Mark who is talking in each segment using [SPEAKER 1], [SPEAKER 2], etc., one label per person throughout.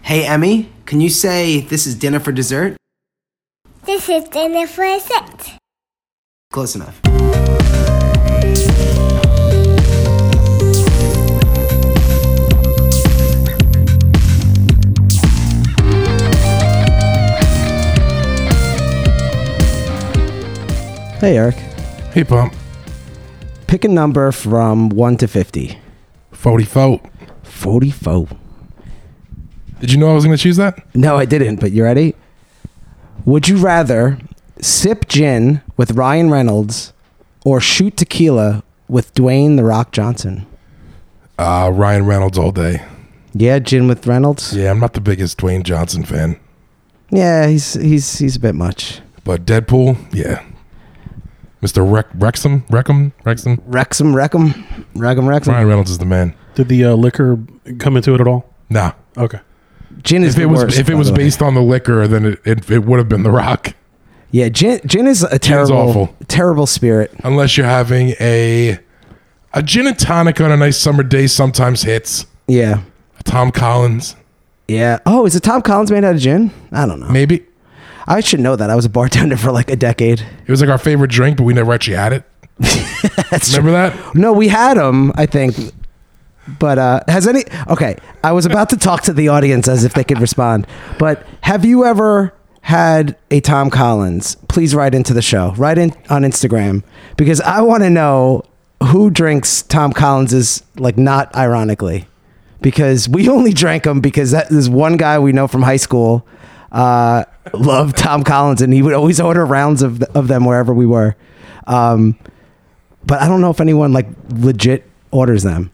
[SPEAKER 1] Hey, Emmy, can you say this is dinner for dessert?
[SPEAKER 2] This is dinner for a set.
[SPEAKER 1] Close enough.
[SPEAKER 3] Hey, Eric.
[SPEAKER 4] Hey, Pump.
[SPEAKER 3] Pick a number from 1 to 50.
[SPEAKER 4] 44.
[SPEAKER 3] 44.
[SPEAKER 4] Did you know I was going to choose that?
[SPEAKER 3] No, I didn't, but you ready? Would you rather sip gin with Ryan Reynolds or shoot tequila with Dwayne The Rock Johnson?
[SPEAKER 4] Uh, Ryan Reynolds all day.
[SPEAKER 3] Yeah, gin with Reynolds.
[SPEAKER 4] Yeah, I'm not the biggest Dwayne Johnson fan,
[SPEAKER 3] Yeah, he's he's he's a bit much.
[SPEAKER 4] but Deadpool, yeah. Mr. Reck Wrexham? Wreckham? Wrexham?
[SPEAKER 3] Wrexham, Wreckham, Wreckham, Wrexham.
[SPEAKER 4] Ryan Reynolds is the man.
[SPEAKER 5] Did the uh, liquor come into it at all?
[SPEAKER 4] Nah.
[SPEAKER 5] Okay.
[SPEAKER 3] Gin is
[SPEAKER 4] If it
[SPEAKER 3] the
[SPEAKER 4] was
[SPEAKER 3] worst,
[SPEAKER 4] if it
[SPEAKER 3] by
[SPEAKER 4] was
[SPEAKER 3] the way.
[SPEAKER 4] based on the liquor, then it, it, it would have been The Rock.
[SPEAKER 3] yeah, gin gin is a terrible
[SPEAKER 4] awful.
[SPEAKER 3] terrible spirit.
[SPEAKER 4] Unless you're having a a gin and tonic on a nice summer day sometimes hits.
[SPEAKER 3] Yeah,
[SPEAKER 4] Tom Collins,
[SPEAKER 3] yeah. Oh, is it Tom Collins made out of gin? I don't know.
[SPEAKER 4] maybe. It
[SPEAKER 3] I should know that. I was a bartender for like a decade.
[SPEAKER 4] was like our favorite drink, but we never actually had it. Remember that?
[SPEAKER 3] No, we had them, I think. But uh, has any okay? I was about to talk to the audience as if they could respond. But have you ever had a Tom Collins? Please write into the show. Write in on Instagram because I want to know who drinks Tom Collins's like not ironically, because we only drank them because that there's one guy we know from high school uh, loved Tom Collins and he would always order rounds of of them wherever we were. Um, but I don't know if anyone like legit orders them.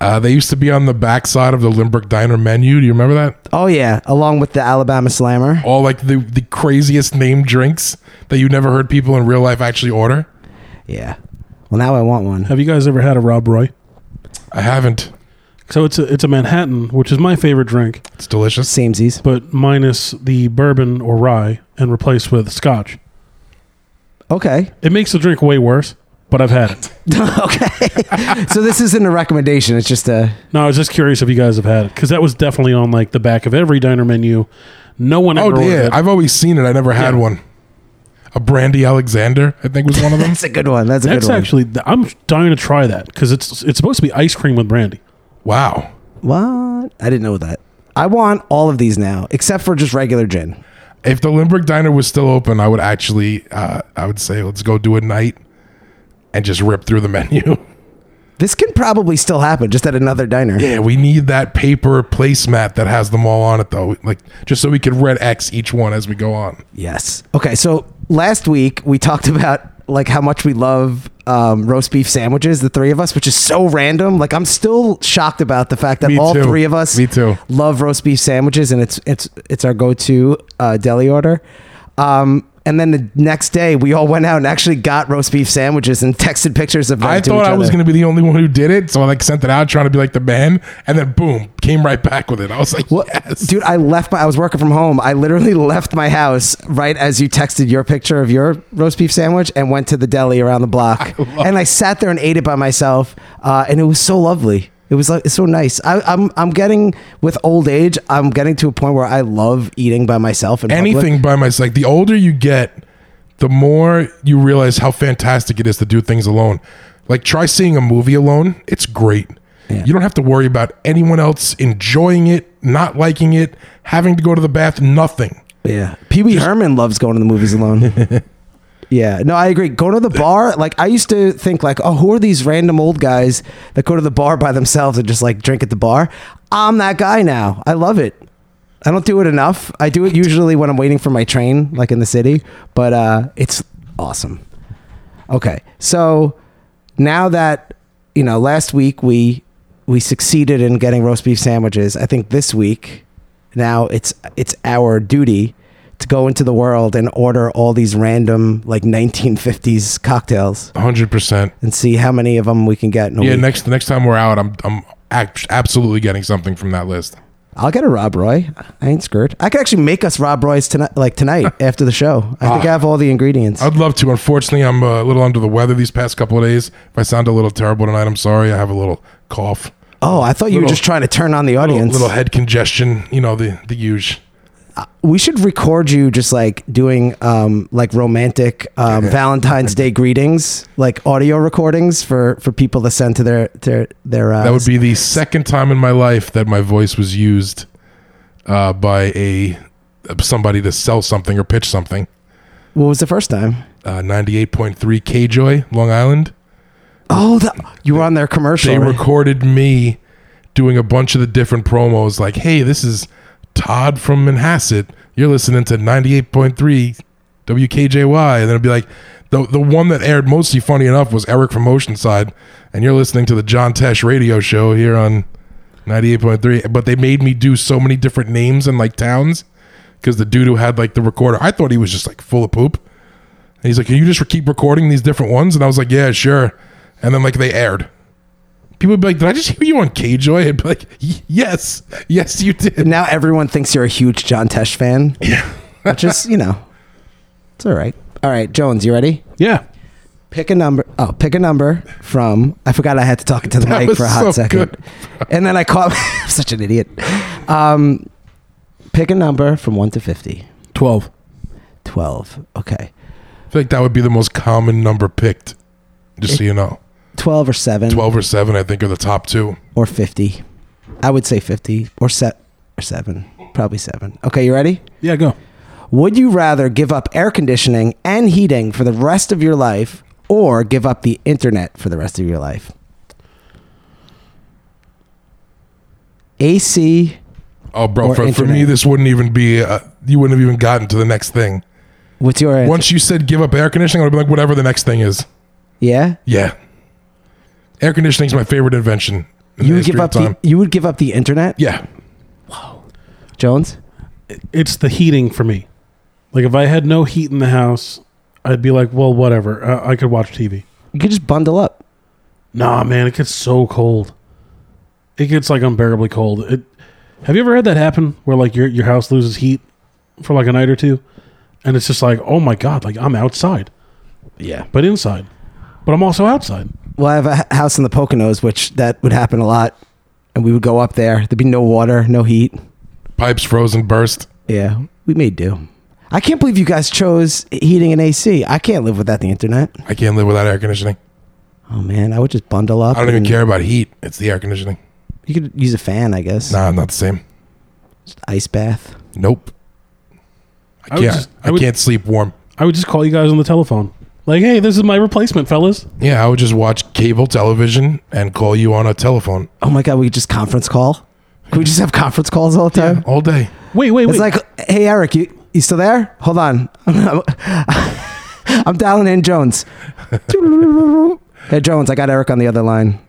[SPEAKER 4] Uh, they used to be on the backside of the Limburg Diner menu. Do you remember that?
[SPEAKER 3] Oh yeah, along with the Alabama Slammer.
[SPEAKER 4] all like the, the craziest named drinks that you never heard people in real life actually order.
[SPEAKER 3] Yeah. Well, now I want one.
[SPEAKER 5] Have you guys ever had a Rob Roy?
[SPEAKER 4] I haven't.
[SPEAKER 5] So it's a, it's a Manhattan, which is my favorite drink,
[SPEAKER 4] It's delicious.
[SPEAKER 3] Samesies.
[SPEAKER 5] but minus the bourbon or rye and replaced with scotch.
[SPEAKER 3] Okay.
[SPEAKER 5] It makes the drink way worse, but I've had it.
[SPEAKER 3] okay. so this isn't a recommendation. It's just a.
[SPEAKER 5] No, I was just curious if you guys have had it because that was definitely on like the back of every diner menu. No one ever
[SPEAKER 4] Oh yeah,
[SPEAKER 5] ordered it.
[SPEAKER 4] I've always seen it. I never had
[SPEAKER 5] Yeah.
[SPEAKER 4] one. A brandy Alexander, I think was one of them.
[SPEAKER 3] That's a good one. That's a
[SPEAKER 5] That's
[SPEAKER 3] good
[SPEAKER 5] actually I'm dying to try that because it's it's supposed to be ice cream with brandy.
[SPEAKER 4] wow.
[SPEAKER 3] one. What? I didn't know that. I want all of these now, except for just regular gin.
[SPEAKER 4] If the Limburg Diner was still open, I would actually, uh, I would say, let's go do a night and just rip through the menu.
[SPEAKER 3] This can probably still happen, just at another diner.
[SPEAKER 4] yeah, we need that paper placemat that has them all on it, though. Like just so we could red X each one as we go on.
[SPEAKER 3] Yes. Okay. So last week we talked about like how much we love um, roast beef sandwiches, the three of us, which is so random. Like I'm still shocked about the fact that
[SPEAKER 4] Me
[SPEAKER 3] all
[SPEAKER 4] too.
[SPEAKER 3] three of us
[SPEAKER 4] Me too.
[SPEAKER 3] love roast beef sandwiches, and it's it's it's our go-to uh, deli order. Um, and then the next day we all went out and actually got roast beef sandwiches and texted pictures of them.
[SPEAKER 4] I
[SPEAKER 3] to
[SPEAKER 4] thought
[SPEAKER 3] each
[SPEAKER 4] I was
[SPEAKER 3] other.
[SPEAKER 4] going to be the only one who did it, so I like sent it out trying to be like the man, and then boom, came right back with it. I was like,
[SPEAKER 3] Well,
[SPEAKER 4] yes.
[SPEAKER 3] dude, I left my. I was working from home. I literally left my house right as you texted your picture of your roast beef sandwich and went to the deli around the block. and I sat there and ate it by myself, uh, and it was so lovely. It was like it's so nice. I, I'm I'm getting with old age. I'm getting to a point where I love eating by myself. In public.
[SPEAKER 4] anything by myself. Like the older you get, the more you realize how fantastic it is to do things alone. Like try seeing a movie alone. It's great. You don't have to worry about anyone else enjoying it, not liking it, having to go to the bath, nothing.
[SPEAKER 3] Yeah. Pee Wee Herman loves going to the movies alone. yeah. No, I agree. Going to the bar, like I used to think like, oh, who are these random old guys that go to the bar by themselves and just like drink at the bar? I'm that guy now. I love it. I don't do it enough. I do it usually when I'm waiting for my train, like in the city, but uh it's awesome. Okay. So now that you know, last week we we succeeded in getting roast beef sandwiches. I think this week now it's it's our duty to go into the world and order all these random like 1950s cocktails
[SPEAKER 4] 100%.
[SPEAKER 3] and see how many of them we can get. In a
[SPEAKER 4] Yeah,
[SPEAKER 3] week.
[SPEAKER 4] next the next time we're out, I'm I'm act- absolutely getting something from that list.
[SPEAKER 3] I'll get a Rob Roy. I ain't scared. I could actually make us Rob Roy's tonight, like tonight after the show. I think
[SPEAKER 4] Ah.
[SPEAKER 3] I have all the ingredients.
[SPEAKER 4] I'd love to. Unfortunately, I'm a little under the weather these past couple of days. If I sound a little terrible tonight, I'm sorry. I have a little cough.
[SPEAKER 3] Oh, I thought you were
[SPEAKER 4] Little-
[SPEAKER 3] just trying to turn on the
[SPEAKER 4] Little,
[SPEAKER 3] audience.
[SPEAKER 4] little head congestion, you know the the huge.
[SPEAKER 3] we should record you just like doing um, like romantic um, Valentine's Day greetings, like audio recordings for for people to send to their their their. Uh,
[SPEAKER 4] That would be the second time in my life that my voice was used uh, by a somebody to sell something or pitch something.
[SPEAKER 3] what was the first time?
[SPEAKER 4] Uh, 98.3 K-Joy, Long Island.
[SPEAKER 3] Oh, the, you were on their commercial.
[SPEAKER 4] They
[SPEAKER 3] right?
[SPEAKER 4] recorded me doing a bunch of the different promos like, hey, this is Todd from Manhasset. You're listening to 98.3 WKJY. And then it'd be like, the, the one that aired mostly funny enough was Eric from Oceanside. And you're listening to the John Tesh radio show here on 98.3. But they made me do so many different names and like towns because the dude who had like the recorder, I thought he was just like full of poop. And he's like, can you just keep recording these different ones? And I was like, yeah, sure. And then like they aired. People would be like, "Did I just hear you on KJoy?" I'd be like, "Y- "Yes, yes, you did."
[SPEAKER 3] now everyone thinks you're a huge John Tesh fan. Yeah, which is you know, it's all right. All right, Jones, you ready?
[SPEAKER 5] Yeah.
[SPEAKER 3] Pick a number. Oh, pick a number from. I forgot I had to talk into the
[SPEAKER 4] That
[SPEAKER 3] mic
[SPEAKER 4] was
[SPEAKER 3] for a hot
[SPEAKER 4] so
[SPEAKER 3] second,
[SPEAKER 4] good.
[SPEAKER 3] and then I caught. I'm such an idiot. Um, pick a number from one to fifty.
[SPEAKER 5] 12.
[SPEAKER 3] 12. Okay.
[SPEAKER 4] I feel like that would be the most common number picked. Just so you know,
[SPEAKER 3] 12 or 7
[SPEAKER 4] twelve or seven, I think, are the top two.
[SPEAKER 3] or 50. I would say 50 or, se- or 7. Probably 7. Okay, you ready?
[SPEAKER 5] Yeah, go.
[SPEAKER 3] Would you rather give up air conditioning and heating for the rest of your life or give up the internet for the rest of your life? AC,
[SPEAKER 4] Oh, bro,
[SPEAKER 3] Or
[SPEAKER 4] for, for me,
[SPEAKER 3] internet.
[SPEAKER 4] this wouldn't even be. Uh, you wouldn't have even gotten to the next thing.
[SPEAKER 3] what's your answer?
[SPEAKER 4] Once you said give up air conditioning, I'd be like, whatever the next thing is.
[SPEAKER 3] yeah?
[SPEAKER 4] Yeah, air conditioning's my favorite invention. in the
[SPEAKER 3] You would
[SPEAKER 4] history
[SPEAKER 3] give
[SPEAKER 4] of
[SPEAKER 3] up the,
[SPEAKER 4] time.
[SPEAKER 3] you would give up the internet?
[SPEAKER 4] yeah,
[SPEAKER 3] Jones?
[SPEAKER 5] It's the heating for me. Like, if I had no heat in the house, I'd be like, well, whatever. I, I could watch TV.
[SPEAKER 3] You could just bundle up.
[SPEAKER 5] Nah, man, it gets so cold. It gets like unbearably cold. It. Have you ever had that happen where like your your house loses heat for like a night or two, and it's just like, oh my god, like I'm outside,
[SPEAKER 3] Yeah.
[SPEAKER 5] but inside, but I'm also outside.
[SPEAKER 3] Well, I have a h- house in the Poconos, which that would happen a lot, and we would go up there. There'd be no water, no heat.
[SPEAKER 4] pipes frozen, burst.
[SPEAKER 3] Yeah, we may do. I can't believe you guys chose heating and AC. I can't live without the internet.
[SPEAKER 4] I can't live without air conditioning.
[SPEAKER 3] Oh man, I would just bundle up.
[SPEAKER 4] I don't even
[SPEAKER 3] and-
[SPEAKER 4] care about heat. It's the air conditioning.
[SPEAKER 3] You could use a fan, I guess.
[SPEAKER 4] Nah, I'm not the same.
[SPEAKER 3] Just ice bath.
[SPEAKER 4] Nope. I
[SPEAKER 5] I
[SPEAKER 4] can't.
[SPEAKER 5] would
[SPEAKER 4] I,
[SPEAKER 5] just- I would-
[SPEAKER 4] can't sleep warm.
[SPEAKER 5] I would just call you guys on the telephone, like, hey, this is my replacement, fellas.
[SPEAKER 4] Yeah, I would just watch cable television and call you on a telephone
[SPEAKER 3] Oh my god, we could just conference call. Could we just have conference calls all the time?
[SPEAKER 4] all day.
[SPEAKER 5] Wait, wait, wait.
[SPEAKER 3] It's like, hey Eric, you you still there? Hold on, I'm dialing in Jones. hey Jones, I got Eric on the other line.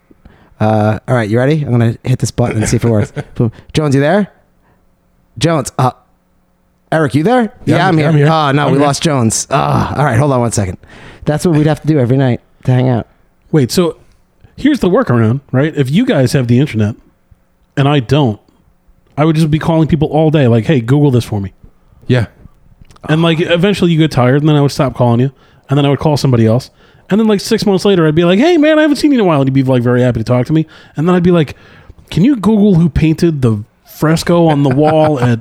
[SPEAKER 3] Uh, all right, you ready? I'm gonna hit this button and see if it works. Boom. Jones, you there? Jones, uh, Eric, you there?
[SPEAKER 4] Yeah, I'm- I'm here.
[SPEAKER 3] Oh no,
[SPEAKER 4] I'm
[SPEAKER 3] we
[SPEAKER 4] here.
[SPEAKER 3] lost Jones. Ah, all right, hold on one second. That's what we'd have to do every night to hang out.
[SPEAKER 5] Wait, so here's the workaround, right? If you guys have the internet and I don't, I would just be calling people all day, like, hey, Google this for me.
[SPEAKER 4] Yeah,
[SPEAKER 5] And like eventually you get tired and then I would stop calling you. And then I would call somebody else. And then like six months later I'd be like, Hey man, I haven't seen you in a while and you'd be like very happy to talk to me. And then I'd be like, Can you Google who painted the fresco on the wall at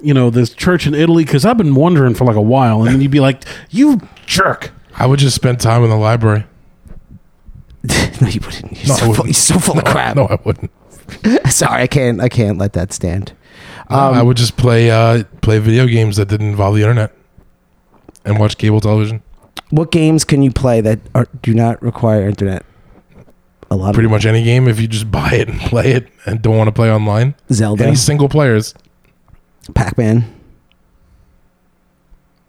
[SPEAKER 5] you know, this church in Italy? Because I've been wondering for like a while. And then you'd be like, You jerk.
[SPEAKER 4] I would just spend time in the library.
[SPEAKER 3] no, you wouldn't. You're,
[SPEAKER 4] No,
[SPEAKER 3] so,
[SPEAKER 4] I
[SPEAKER 3] full,
[SPEAKER 4] wouldn't.
[SPEAKER 3] you're so full of
[SPEAKER 4] No,
[SPEAKER 3] crap.
[SPEAKER 4] No, I wouldn't.
[SPEAKER 3] Sorry, I can't. I can't let that stand.
[SPEAKER 4] I would just play uh, play video games that didn't involve the internet and watch cable television.
[SPEAKER 3] What games can you play that are, do not require internet? A lot
[SPEAKER 4] Pretty
[SPEAKER 3] of
[SPEAKER 4] much any game if you just buy it and play it and don't want to play online.
[SPEAKER 3] Zelda,
[SPEAKER 4] Any single players.
[SPEAKER 3] Pac-Man,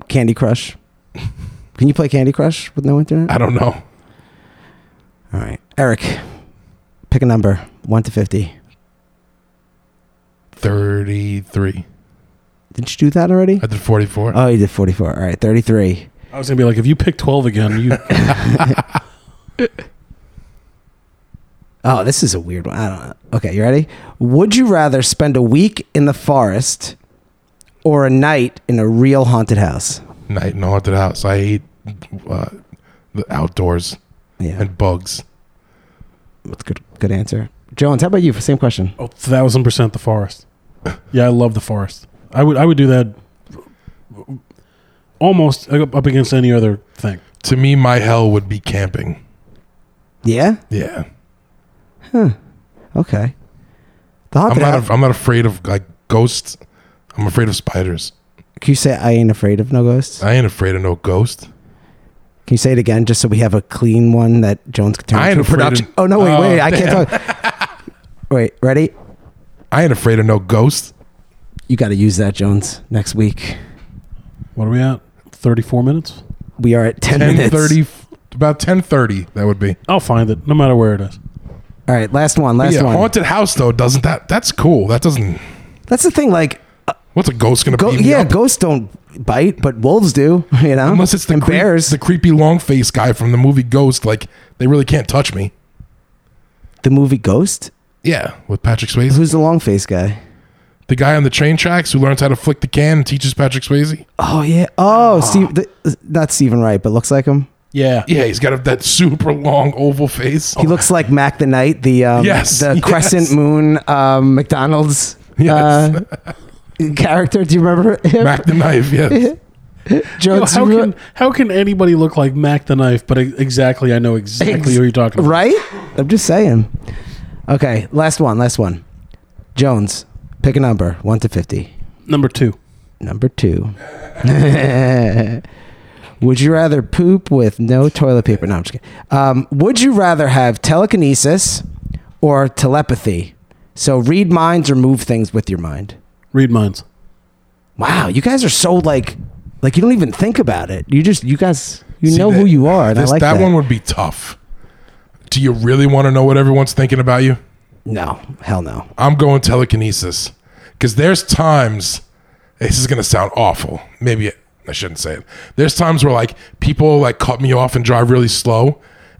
[SPEAKER 3] Candy Crush. Can you play Candy Crush with no internet?
[SPEAKER 4] I don't know.
[SPEAKER 3] All right, Eric, pick a number, one to fifty.
[SPEAKER 4] Thirty three.
[SPEAKER 3] Did you do that already?
[SPEAKER 4] I did forty four.
[SPEAKER 3] Oh, you did forty-four. All right, thirty-three.
[SPEAKER 5] I was gonna be like, if you pick twelve again, you
[SPEAKER 3] Oh, this is a weird one. I don't know. Okay, you ready? Would you rather spend a week in the forest or a night in a real haunted house?
[SPEAKER 4] Night in a haunted house. I hate uh, the outdoors
[SPEAKER 3] Yeah,
[SPEAKER 4] and bugs.
[SPEAKER 3] that's a good. Good answer. Jones, how about you? For same question.
[SPEAKER 5] Oh, thousand percent the forest. Yeah, I love the forest. I would I would do that almost up against any other thing.
[SPEAKER 4] To me, my hell would be camping.
[SPEAKER 3] Yeah.
[SPEAKER 4] Yeah,
[SPEAKER 3] Okay. The
[SPEAKER 4] I'm
[SPEAKER 3] haunted
[SPEAKER 4] not.
[SPEAKER 3] house.
[SPEAKER 4] af- I'm not afraid of like ghosts. I'm afraid of spiders.
[SPEAKER 3] Can you say I ain't afraid of no ghosts?
[SPEAKER 4] I ain't afraid of no ghost.
[SPEAKER 3] Can you say it again just so we have a clean one that Jones can turn
[SPEAKER 4] I ain't
[SPEAKER 3] into a
[SPEAKER 4] afraid of-
[SPEAKER 3] production? oh no, wait,
[SPEAKER 4] Oh,
[SPEAKER 3] wait, I can't talk. wait, ready?
[SPEAKER 4] I ain't afraid of no ghost.
[SPEAKER 3] You got to use that, Jones. Next week
[SPEAKER 5] What are we at? Thirty four minutes.
[SPEAKER 3] we are at ten,
[SPEAKER 4] Ten
[SPEAKER 3] minutes.
[SPEAKER 4] thirty, about ten thirty. That would be.
[SPEAKER 5] I'll find it, no matter where it is.
[SPEAKER 3] All right, last one, last
[SPEAKER 4] yeah,
[SPEAKER 3] one.
[SPEAKER 4] haunted house though doesn't that? That's cool. That doesn't.
[SPEAKER 3] That's the thing. Like,
[SPEAKER 4] What's a ghost gonna
[SPEAKER 3] go,
[SPEAKER 4] beat me
[SPEAKER 3] yeah,
[SPEAKER 4] up?
[SPEAKER 3] ghosts don't bite, but wolves do. You know,
[SPEAKER 4] Unless it's the
[SPEAKER 3] and
[SPEAKER 4] creep-
[SPEAKER 3] bears.
[SPEAKER 4] the
[SPEAKER 3] The,
[SPEAKER 4] creepy long face guy from the movie Ghost. Like they really can't touch me.
[SPEAKER 3] movie Ghost.
[SPEAKER 4] Yeah, with Patrick Swayze,
[SPEAKER 3] Who's the long face guy?
[SPEAKER 4] the guy on the train tracks who learns how to flick the can and teaches Patrick Swayze.
[SPEAKER 3] Oh yeah.
[SPEAKER 4] Ah.
[SPEAKER 3] Oh, Steve. The, not Stephen Wright, but looks like him.
[SPEAKER 5] Yeah.
[SPEAKER 4] Yeah, he's got a, that super long oval face.
[SPEAKER 3] He looks like Mac the Knight, the um,
[SPEAKER 4] Yes,
[SPEAKER 3] the
[SPEAKER 4] yes.
[SPEAKER 3] Crescent Moon um, McDonald's
[SPEAKER 4] Yes.
[SPEAKER 3] uh, character. Do you remember him?
[SPEAKER 4] Mac the knife. Yeah,
[SPEAKER 3] Joe,
[SPEAKER 5] Yo,
[SPEAKER 3] do
[SPEAKER 5] how
[SPEAKER 3] you
[SPEAKER 5] can how can anybody look like Mac the Knife? But e- exactly, I know exactly
[SPEAKER 3] Ex-
[SPEAKER 5] who you're talking about.
[SPEAKER 3] right? I'm just saying. Okay, last one, last one. Jones, pick a number, one to fifty.
[SPEAKER 5] Number two.
[SPEAKER 3] Number two. would you rather poop with no toilet paper? No, I'm just kidding. Um, would you rather have telekinesis or telepathy? So read minds or move things with your mind.
[SPEAKER 5] Read minds.
[SPEAKER 3] Wow, you guys are so like, like you don't even think about it. You just, you guys, you
[SPEAKER 4] See,
[SPEAKER 3] know
[SPEAKER 4] that-
[SPEAKER 3] who you are, and
[SPEAKER 4] this-
[SPEAKER 3] I like that.
[SPEAKER 4] that one would be tough. Do you really want to know what everyone's thinking about you?
[SPEAKER 3] no, hell no.
[SPEAKER 4] I'm going telekinesis because there's times this is gonna sound awful. Maybe it, I shouldn't say it. There's times where like people like cut me off and drive really slow,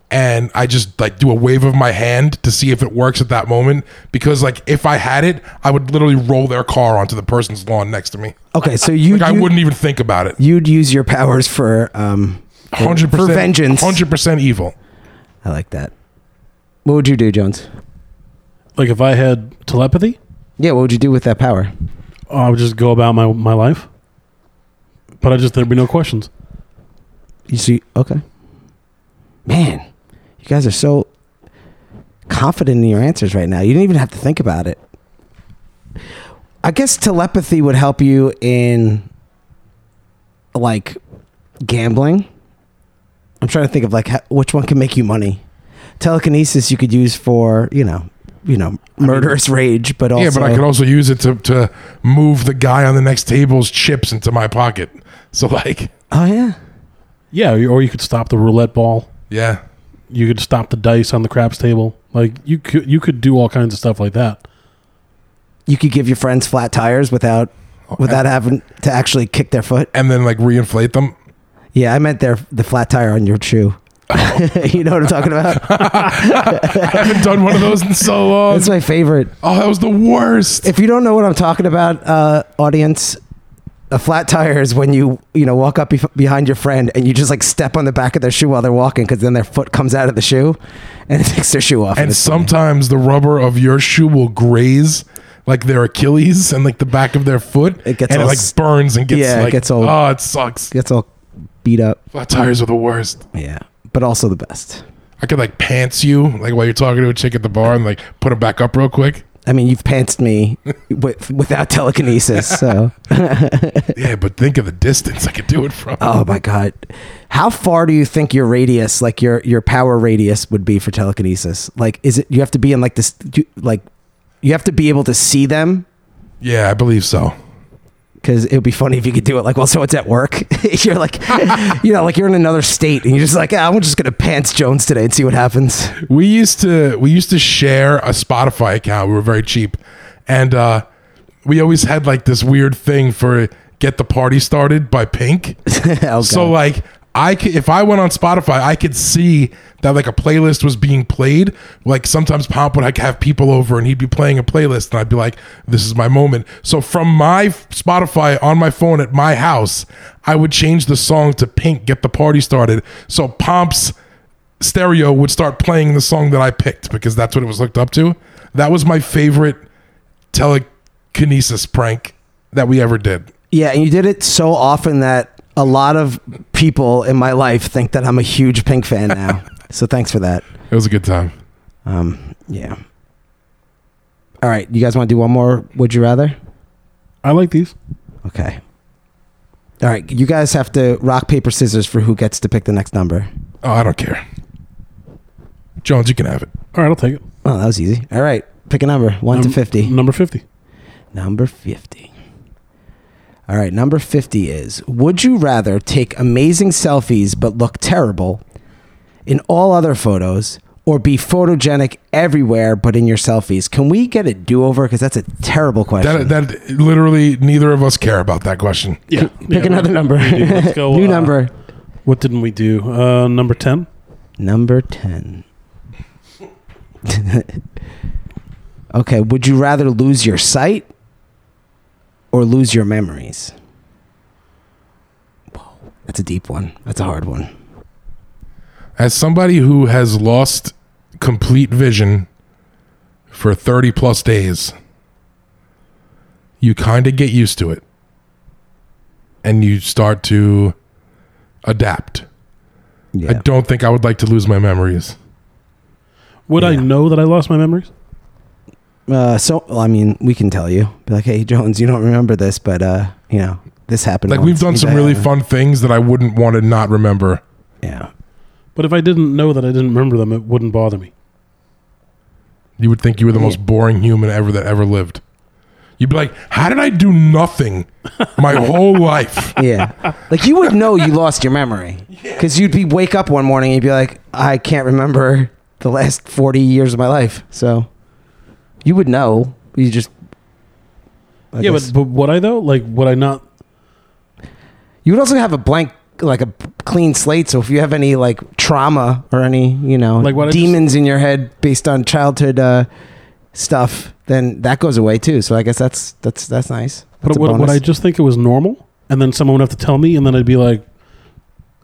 [SPEAKER 4] and I just like do a wave of my hand to see if it works at that moment because like if I had it, I would literally roll their car onto the person's lawn next to me.
[SPEAKER 3] Okay, so you,
[SPEAKER 4] Like I
[SPEAKER 3] you-
[SPEAKER 4] wouldn't even think about it.
[SPEAKER 3] you'd use your powers for um for-
[SPEAKER 4] Hundred
[SPEAKER 3] for
[SPEAKER 4] percent
[SPEAKER 3] vengeance.
[SPEAKER 4] Hundred percent evil.
[SPEAKER 3] I like that. What would you do, Jones?
[SPEAKER 5] Like if I had telepathy,
[SPEAKER 3] Yeah, what would you do with that power?
[SPEAKER 5] I would just go about my my life. But I just there'd be no questions.
[SPEAKER 3] You see, okay. Man, you guys are so confident in your answers right now. You didn't even have to think about it. I guess telepathy would help you in like gambling. I'm trying to think of like ho- which one can make you money. Telekinesis you could use for, you know, you know, murderous rage, but also
[SPEAKER 4] yeah, but I could also use it to to move the guy on the next table's chips into my pocket. So like,
[SPEAKER 3] Oh yeah.
[SPEAKER 5] Yeah, or you could stop the roulette ball.
[SPEAKER 4] yeah.
[SPEAKER 5] You could stop the dice on the craps table. Like you could you could do all kinds of stuff like that.
[SPEAKER 3] You could give your friends flat tires without without having to actually kick their foot.
[SPEAKER 4] and then like reinflate them.
[SPEAKER 3] Yeah, I meant their the flat tire on your shoe. you know what I'm talking about?
[SPEAKER 4] I haven't done one of those in so long.
[SPEAKER 3] That's my favorite.
[SPEAKER 4] oh, that was the worst.
[SPEAKER 3] If you don't know what I'm talking about, uh, audience, a flat tire is when you you know walk up bef behind your friend and you just like step on the back of their shoe while they're walking because then their foot comes out of the shoe and it takes their shoe off.
[SPEAKER 4] and
[SPEAKER 3] it's-
[SPEAKER 4] sometimes the rubber of your shoe will graze like their Achilles and like the back of their foot.
[SPEAKER 3] It gets
[SPEAKER 4] and it
[SPEAKER 3] all
[SPEAKER 4] like
[SPEAKER 3] s-
[SPEAKER 4] burns and gets
[SPEAKER 3] Yeah, it
[SPEAKER 4] like
[SPEAKER 3] gets all-
[SPEAKER 4] oh, it sucks.
[SPEAKER 3] gets all beat up.
[SPEAKER 4] Flat tires are the worst.
[SPEAKER 3] Yeah, but also the best.
[SPEAKER 4] I could like pants you like while you're talking to a chick at the bar and like put them back up real quick.
[SPEAKER 3] I mean, you've pantsed me with, without telekinesis, so.
[SPEAKER 4] Yeah, but think of the distance I could do it from.
[SPEAKER 3] Oh my god. How far do you think your radius, like your your power radius would be for telekinesis? Like is it you have to be in like this you, like you have to be able to see them
[SPEAKER 4] Yeah, I believe so.
[SPEAKER 3] cuz it would be funny if you could do it like well so it's at work. you're like you know like you're in another state and you're just like ah, I'm just going to pants Jones today and see what happens.
[SPEAKER 4] we used to we used to share a Spotify account. We were very cheap, and uh, we always had like this weird thing for "Get the Party Started" by Pink.
[SPEAKER 3] Oh,
[SPEAKER 4] So
[SPEAKER 3] God.
[SPEAKER 4] like I could, if I went on Spotify, I could see that like a playlist was being played. Like sometimes Pomp would like have people over and he'd be playing a playlist, and I'd be like, "This is my moment." So from my Spotify on my phone at my house, I would change the song to Pink, "Get the Party Started." So Pomp's stereo would start playing the song that I picked because that's what it was hooked up to. That was my favorite telekinesis prank that we ever did.
[SPEAKER 3] Yeah, and you did it so often that a lot of people in my life think that I'm a huge Pink fan now. so thanks for that.
[SPEAKER 4] It was a good time.
[SPEAKER 3] Um, yeah. All right, you guys want to do one more? Would you rather?
[SPEAKER 5] I like these.
[SPEAKER 3] Okay. All right, you guys have to rock paper scissors for who gets to pick the next number.
[SPEAKER 4] Oh, I don't care. Jones, you can have it.
[SPEAKER 5] All right, I'll take it.
[SPEAKER 3] Oh, that was easy. All right, pick a number, one to
[SPEAKER 5] Num-
[SPEAKER 3] fifty.
[SPEAKER 5] Number 50.
[SPEAKER 3] Number 50. All right, number 50 is Would you rather take amazing selfies but look terrible in all other photos or be photogenic everywhere but in your selfies? Can we get a do over? Because that's a terrible question.
[SPEAKER 4] That that literally neither of us care about that question.
[SPEAKER 5] Yeah.
[SPEAKER 3] Pick another number.
[SPEAKER 5] Let's go,
[SPEAKER 3] New
[SPEAKER 5] uh,
[SPEAKER 3] number.
[SPEAKER 5] What didn't we do? Uh, number 10.
[SPEAKER 3] Number 10. okay, would you rather lose your sight or lose your memories? Whoa, That's a deep one. That's a hard one.
[SPEAKER 4] As somebody who has lost complete vision for 30 plus days, you kind of get used to it and you start to adapt. I
[SPEAKER 3] Yeah.
[SPEAKER 4] don't think I would like to lose my memories.
[SPEAKER 5] Would I
[SPEAKER 3] Yeah.
[SPEAKER 5] know that I lost my memories?
[SPEAKER 3] Uh, so, well, I mean, we can tell you. Be like, hey, Jones, you don't remember this, but, uh, you know, this happened.
[SPEAKER 4] Like, we've
[SPEAKER 3] once."
[SPEAKER 4] done
[SPEAKER 3] He's
[SPEAKER 4] some really
[SPEAKER 3] "Uh,
[SPEAKER 4] fun things that I wouldn't want to not remember.
[SPEAKER 3] Yeah.
[SPEAKER 5] But if I didn't know that I didn't remember them, it wouldn't bother me.
[SPEAKER 4] You would think you were the most boring human ever that ever lived. You'd be like, how did I do nothing my whole life?
[SPEAKER 3] Yeah. like, you would know you lost your memory because you'd be wake up one morning and you'd be like, I can't remember the last 40 years of my life. So, you would know. You just. I
[SPEAKER 5] yeah,
[SPEAKER 3] guess-
[SPEAKER 5] but, but would I though? Like, would I not?
[SPEAKER 3] You would also have a blank, like a clean slate. So if you have any like trauma or any, you know,
[SPEAKER 5] Like what I
[SPEAKER 3] demons in your head based on childhood uh, stuff, then that goes away too. So I guess that's that's that's nice. That's
[SPEAKER 5] But
[SPEAKER 3] a
[SPEAKER 5] would, would
[SPEAKER 3] bonus.
[SPEAKER 5] I just think it was normal? And then someone would have to tell me, and then I'd be like,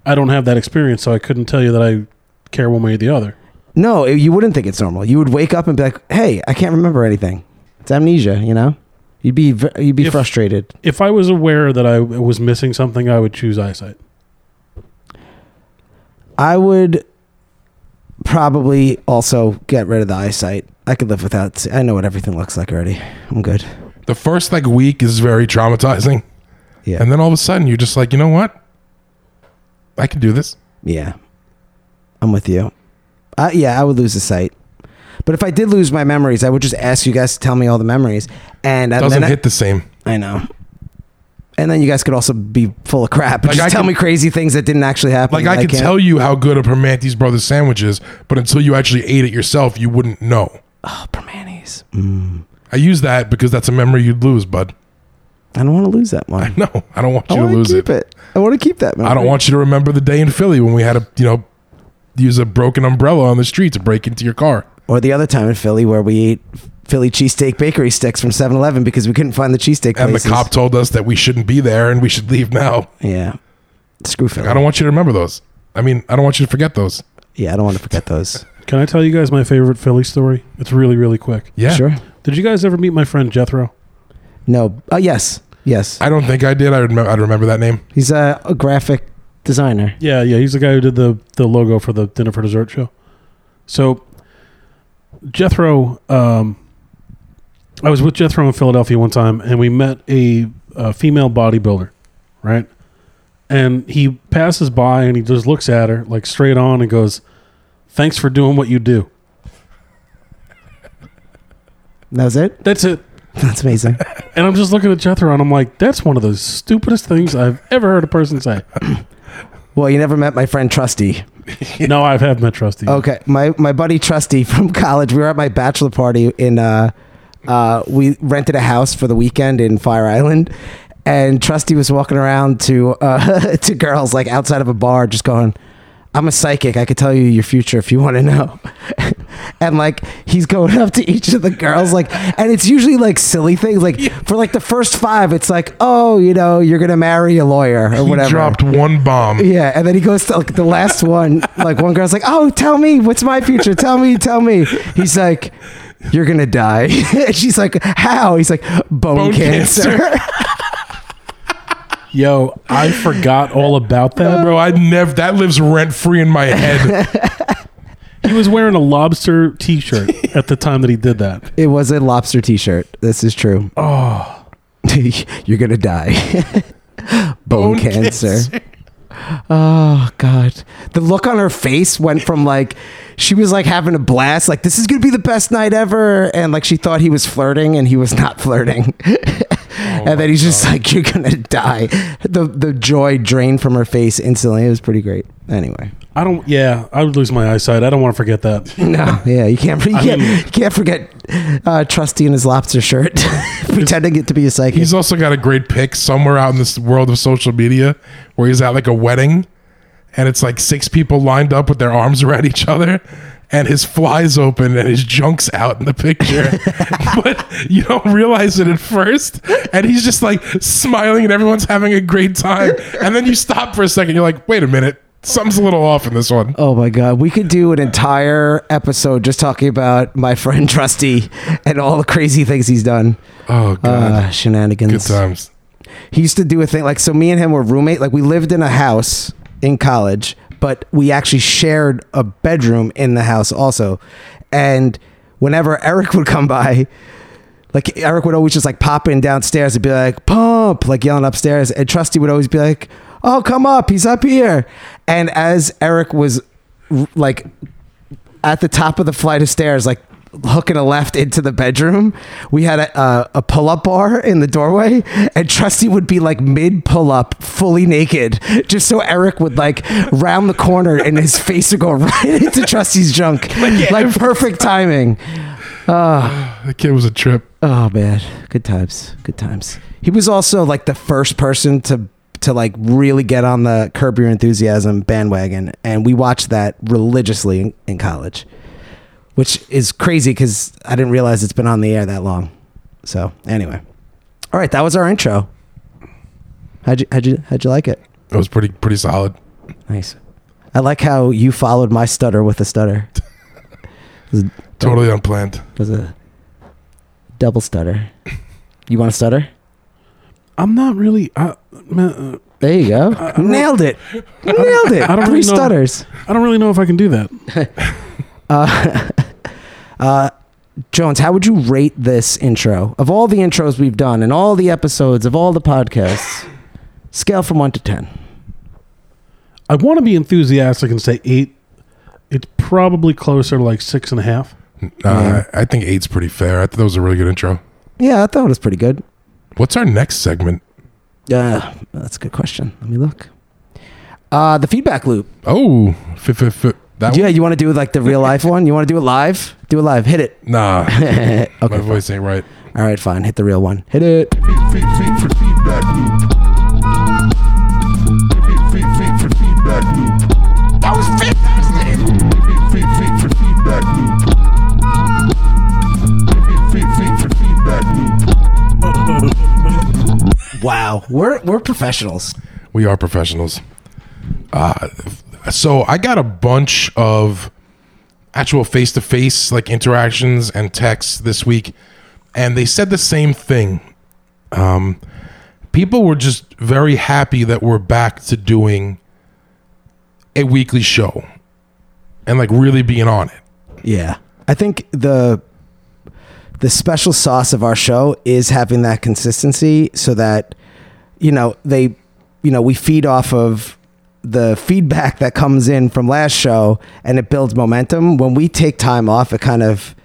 [SPEAKER 5] I don't have that experience, so I couldn't tell you that I care one way or the other.
[SPEAKER 3] no, you wouldn't think it's normal. You would wake up and be like, "Hey, I can't remember anything. It's amnesia." You know, you'd be v- you'd be
[SPEAKER 5] If-
[SPEAKER 3] frustrated.
[SPEAKER 5] If I was aware that I was missing something, I would choose eyesight.
[SPEAKER 3] I would probably also get rid of the eyesight. I could live without. se- I know what everything looks like already. I'm good.
[SPEAKER 4] The first like week is very traumatizing.
[SPEAKER 3] Yeah.
[SPEAKER 4] And then all of a sudden you're just like, you know what? I can do this.
[SPEAKER 3] Yeah, I'm with you. Uh, yeah, I would lose the sight. But if I did lose my memories, I would just ask you guys to tell me all the memories, and uh,
[SPEAKER 4] Doesn't
[SPEAKER 3] then I-
[SPEAKER 4] hit the same.
[SPEAKER 3] I, know. And then you guys could also be full of crap. and
[SPEAKER 4] Like,
[SPEAKER 3] just
[SPEAKER 4] I
[SPEAKER 3] tell
[SPEAKER 4] could-
[SPEAKER 3] me crazy things that didn't actually happen.
[SPEAKER 4] Like I, could
[SPEAKER 3] can't-
[SPEAKER 4] tell you how good a Permante's Brothers sandwich is, but until you actually ate it yourself, you wouldn't know.
[SPEAKER 3] Oh, Permanis.
[SPEAKER 4] I use that because that's a memory you'd lose, bud.
[SPEAKER 3] I don't want to lose that one.
[SPEAKER 4] No, I don't want
[SPEAKER 3] Oh, I
[SPEAKER 4] you to
[SPEAKER 3] want
[SPEAKER 4] lose
[SPEAKER 3] to keep
[SPEAKER 4] it.
[SPEAKER 3] it. I want to keep that. Memory.
[SPEAKER 4] I don't want you to remember the day in Philly when we had to, you know, use a broken umbrella on the street to break into your car.
[SPEAKER 3] Or the other time in Philly where we ate Philly cheesesteak bakery sticks from 7-Eleven because we couldn't find the cheesesteak.
[SPEAKER 4] And
[SPEAKER 3] places.
[SPEAKER 4] the cop told us that we shouldn't be there and we should leave now.
[SPEAKER 3] Yeah. Screw Philly.
[SPEAKER 4] I don't want you to remember those. I mean, I don't want you to forget those.
[SPEAKER 3] yeah, I don't want to forget those.
[SPEAKER 5] Can I tell you guys my favorite Philly story? It's really, really quick.
[SPEAKER 4] Yeah.
[SPEAKER 3] Sure.
[SPEAKER 5] Did you guys ever meet my friend Jethro?
[SPEAKER 3] No. Oh, yes. Yes.
[SPEAKER 4] I don't think I did. I remember, I'd remember that name.
[SPEAKER 3] He's a, a graphic designer.
[SPEAKER 5] Yeah, yeah. He's the guy who did the the logo for the dinner for dessert show. So Jethro, um, I was with Jethro in Philadelphia one time, and we met a, a female bodybuilder, right? And he passes by and he just looks at her like straight on and goes, "Thanks for doing what you do."
[SPEAKER 3] That was it.
[SPEAKER 5] That's it.
[SPEAKER 3] That's amazing.
[SPEAKER 5] And I'm just looking at Jethro and I'm like, "That's one of the stupidest things I've ever heard a person say."
[SPEAKER 3] well, you never met my friend Trusty.
[SPEAKER 5] no, I've have met Trusty.
[SPEAKER 3] Okay, my my buddy Trusty from college. We were at my bachelor party in. Uh, uh, we rented a house for the weekend in Fire Island, and Trusty was walking around to uh, to girls like outside of a bar, just going. I'm a psychic. I could tell you your future if you want to know. and like he's going up to each of the girls, like, and it's usually like silly things. Like for like the first five, it's like, oh, you know, you're gonna marry a lawyer or whatever.
[SPEAKER 4] He dropped one bomb.
[SPEAKER 3] Yeah, and then he goes to like the last one. Like one girl's like, "Oh, tell me what's my future? Tell me, tell me." He's like, you're gonna die. And she's like, how? He's like, bone,
[SPEAKER 4] Bone
[SPEAKER 3] cancer.
[SPEAKER 5] Yo, I forgot all about that, bro.
[SPEAKER 4] Bro, I never. That lives rent free in my head.
[SPEAKER 5] He was wearing a lobster T-shirt at the time that he did that.
[SPEAKER 3] it was a lobster T-shirt. This is true. Oh, you're gonna die. bone,
[SPEAKER 4] Bone
[SPEAKER 3] cancer. Oh God! The look on her face went from like she was like having a blast, like this is gonna be the best night ever, and like she thought he was flirting, and he was not flirting. and then he's just like, "You're gonna die." The the joy drained from her face instantly. It was pretty great. Anyway,
[SPEAKER 5] I don't. Yeah, I would lose my eyesight. I don't want to forget that.
[SPEAKER 3] no, yeah, you can't you can't,
[SPEAKER 5] mean-
[SPEAKER 3] you can't forget uh, Trusty in his lobster shirt, pretending it to be a psychic.
[SPEAKER 4] He's also got a great pic somewhere out in this world of social media where he's at like a wedding and it's like six people lined up with their arms around each other and his fly's open and his junk's out in the picture. but you don't realize it at first. And he's just like smiling and everyone's having a great time. And then you stop for a second. You're like, wait a minute. Something's a little off in this one.
[SPEAKER 3] Oh my god, we could do an entire episode just talking about my friend Trusty and all the crazy things he's done.
[SPEAKER 4] Oh, God.
[SPEAKER 3] Uh, shenanigans.
[SPEAKER 4] Good times.
[SPEAKER 3] He used to do a thing like so. Me and him were roommate. Like we lived in a house in college, but we actually shared a bedroom in the house also. And whenever Eric would come by, like Eric would always just like pop in downstairs and be like pump, like yelling upstairs, and Trusty would always be like, "Oh, come up, he's up here." And as Eric was r- like at the top of the flight of stairs, like hooking a left into the bedroom, we had a, a, a pull up bar in the doorway, and Trusty would be like mid pull up, fully naked, just so Eric would like round the corner and his face would go right into Trusty's junk, like perfect timing.
[SPEAKER 4] The kid was a trip.
[SPEAKER 3] Oh man, good times, good times. He was also like the first person to to like really get on the Curb Your Enthusiasm bandwagon, and we watched that religiously in, in college, which is crazy because I didn't realize it's been on the air that long. So anyway, all right, that was our intro. How'd you how'd you how'd you like it?
[SPEAKER 4] It was pretty, pretty solid.
[SPEAKER 3] Nice. I like how you followed my stutter with a stutter.
[SPEAKER 4] Totally unplanned.
[SPEAKER 3] It was a double stutter. You want to stutter?
[SPEAKER 5] I'm not really. I, man, uh,
[SPEAKER 3] There you go. Nailed it. Nailed it.
[SPEAKER 5] I don't
[SPEAKER 3] Three
[SPEAKER 5] really know.
[SPEAKER 3] stutters.
[SPEAKER 5] I don't really know if I can do that.
[SPEAKER 3] Jones, how would you rate this intro? Of all the intros we've done and all the episodes of all the podcasts, scale from one to 10.
[SPEAKER 5] I want to be enthusiastic and say eight. It's probably closer to like six and a half.
[SPEAKER 4] Uh, I think eight's pretty fair. I thought that was a really good intro.
[SPEAKER 3] Yeah, I thought it was pretty good.
[SPEAKER 4] What's our next segment?
[SPEAKER 3] Yeah, Uh, that's a good question. Let me look. Uh, the feedback loop.
[SPEAKER 4] Oh, fi fi fi That
[SPEAKER 3] Yeah, you want to do like the real life one? You want to do it live? Do it live. Hit it.
[SPEAKER 4] one? Nah,
[SPEAKER 3] okay.
[SPEAKER 4] my voice ain't right.
[SPEAKER 3] All right, fine. Hit the real one. Hit it. Wow, we're we're professionals.
[SPEAKER 4] We are professionals. Uh, so I got a bunch of actual face to face like interactions and texts this week, and they said the same thing. Um, people were just very happy that we're back to doing a weekly show and like really being on it.
[SPEAKER 3] Yeah, I think the the special sauce of our show is having that consistency, so that you know they, you know, we feed off of the feedback that comes in from last show, and it builds momentum. When we take time off, it kind of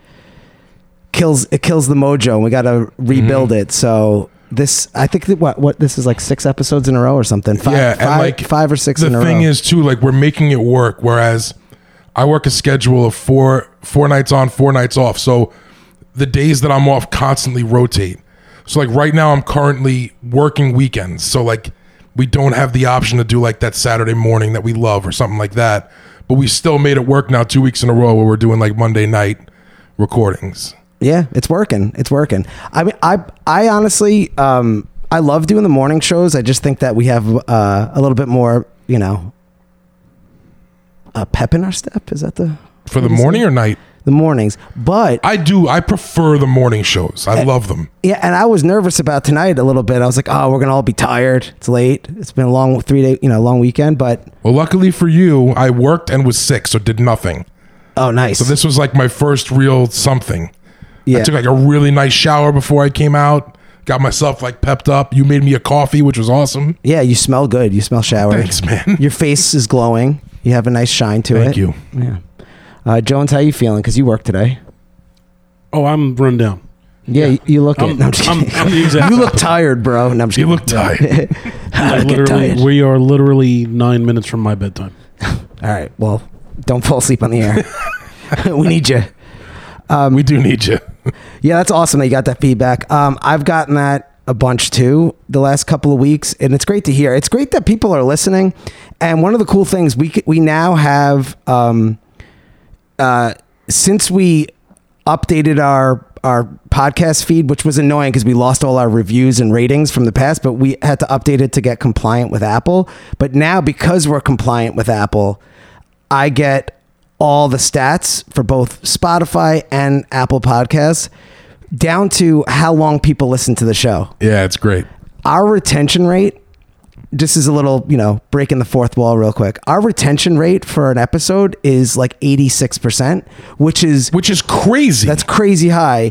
[SPEAKER 3] kills it kills the mojo, and we got to rebuild
[SPEAKER 4] Mm-hmm.
[SPEAKER 3] it. So. This I think that what what this is like six episodes in a row or something. Five,
[SPEAKER 4] yeah, and
[SPEAKER 3] five-
[SPEAKER 4] like
[SPEAKER 3] five or six
[SPEAKER 4] The
[SPEAKER 3] in a row.
[SPEAKER 4] thing is, too, like we're making it work. Whereas I work a schedule of four four nights on, four nights off. So the days that I'm off constantly rotate. So like right now, I'm currently working weekends. So like we don't have the option to do like that Saturday morning that we love or something like that. But we still made it work now two weeks in a row where we're doing like Monday night recordings.
[SPEAKER 3] Yeah, it's working. It's working. I mean, I I honestly, um, I love doing the morning shows. I just think that we have uh, a little bit more, you know, a pep in our step. Is that the
[SPEAKER 4] For the morning or night?
[SPEAKER 3] the mornings. But
[SPEAKER 4] I do. I prefer the morning shows.
[SPEAKER 3] Eh,
[SPEAKER 4] I love them.
[SPEAKER 3] yeah, and I was nervous about tonight a little bit. I was like, oh, we're gonna all be tired. It's late. It's been a long three day, you know, long weekend. But
[SPEAKER 4] Well, luckily for you, I worked and was sick, so did nothing.
[SPEAKER 3] oh, nice.
[SPEAKER 4] So this was like my first real something. I
[SPEAKER 3] yeah,
[SPEAKER 4] took like a really nice shower before I came out. Got myself like pepped up. You made me a coffee, which was awesome.
[SPEAKER 3] yeah. You smell good. You smell showered.
[SPEAKER 4] Thanks, man.
[SPEAKER 3] Your face is glowing. You have a nice shine to it.
[SPEAKER 4] Thank you.
[SPEAKER 3] Yeah. Uh, Jones, how you feeling? Because you work today.
[SPEAKER 5] Oh, I'm run down.
[SPEAKER 3] Yeah, You, you look it. No,
[SPEAKER 5] I'm, I'm,
[SPEAKER 3] I'm just
[SPEAKER 5] I'm,
[SPEAKER 3] kidding.
[SPEAKER 5] the exact.
[SPEAKER 3] you look tired, bro. No, I'm just
[SPEAKER 4] You
[SPEAKER 3] kidding.
[SPEAKER 4] look tired.
[SPEAKER 5] I
[SPEAKER 3] I get tired.
[SPEAKER 5] literally, we are literally nine minutes from my bedtime.
[SPEAKER 3] All right. Well, don't fall asleep on the air. we need you.
[SPEAKER 4] we do need you.
[SPEAKER 3] Yeah, that's awesome that you got that feedback. Um, I've gotten that a bunch too the last couple of weeks, and it's great to hear. It's great that people are listening. And one of the cool things we c- we now have um, uh, since we updated our our podcast feed, which was annoying because we lost all our reviews and ratings from the past, but we had to update it to get compliant with Apple. But now because we're compliant with Apple, I get all the stats for both Spotify and Apple Podcasts down to how long people listen to the show.
[SPEAKER 4] Yeah, it's great.
[SPEAKER 3] Our retention rate, just as a little, you know, breaking the fourth wall real quick, our retention rate for an episode is like 86%, which is
[SPEAKER 4] Which is crazy.
[SPEAKER 3] that's crazy high.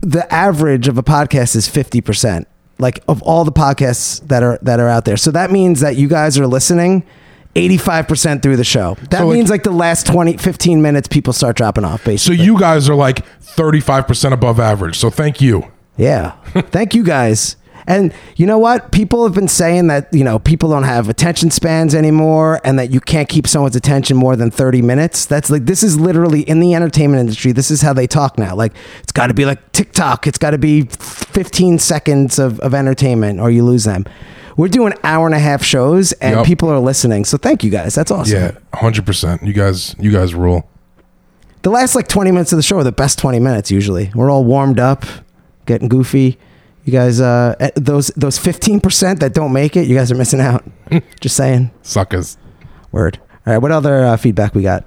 [SPEAKER 3] The average of a podcast is 50%, like of all the podcasts that are that are out there. So that means that you guys are listening 85% through the show. That
[SPEAKER 4] So, like-
[SPEAKER 3] means like the last 20 15 minutes people start dropping off
[SPEAKER 4] so
[SPEAKER 3] basically.
[SPEAKER 4] you guys are like 35% above average. So thank you.
[SPEAKER 3] yeah. Thank you guys. And you know what? People have been saying that, you know, people don't have attention spans anymore and that you can't keep someone's attention more than 30 minutes. That's like, this is literally in the entertainment industry. This is how they talk now. Like, it's got to be like TikTok. It's got to be 15 seconds of, of entertainment or you lose them. We're doing hour and a half shows and
[SPEAKER 4] Yep.
[SPEAKER 3] people are listening. So thank you guys. That's awesome.
[SPEAKER 4] Yeah, 100%. You guys you guys rule.
[SPEAKER 3] The last like 20 minutes of the show are the best 20 minutes usually. We're all warmed up, getting goofy. You guys, uh, eh, those those 15% that don't make it, you guys are missing out. Just saying.
[SPEAKER 4] Suckers.
[SPEAKER 3] Word. All right, what other uh, feedback we got?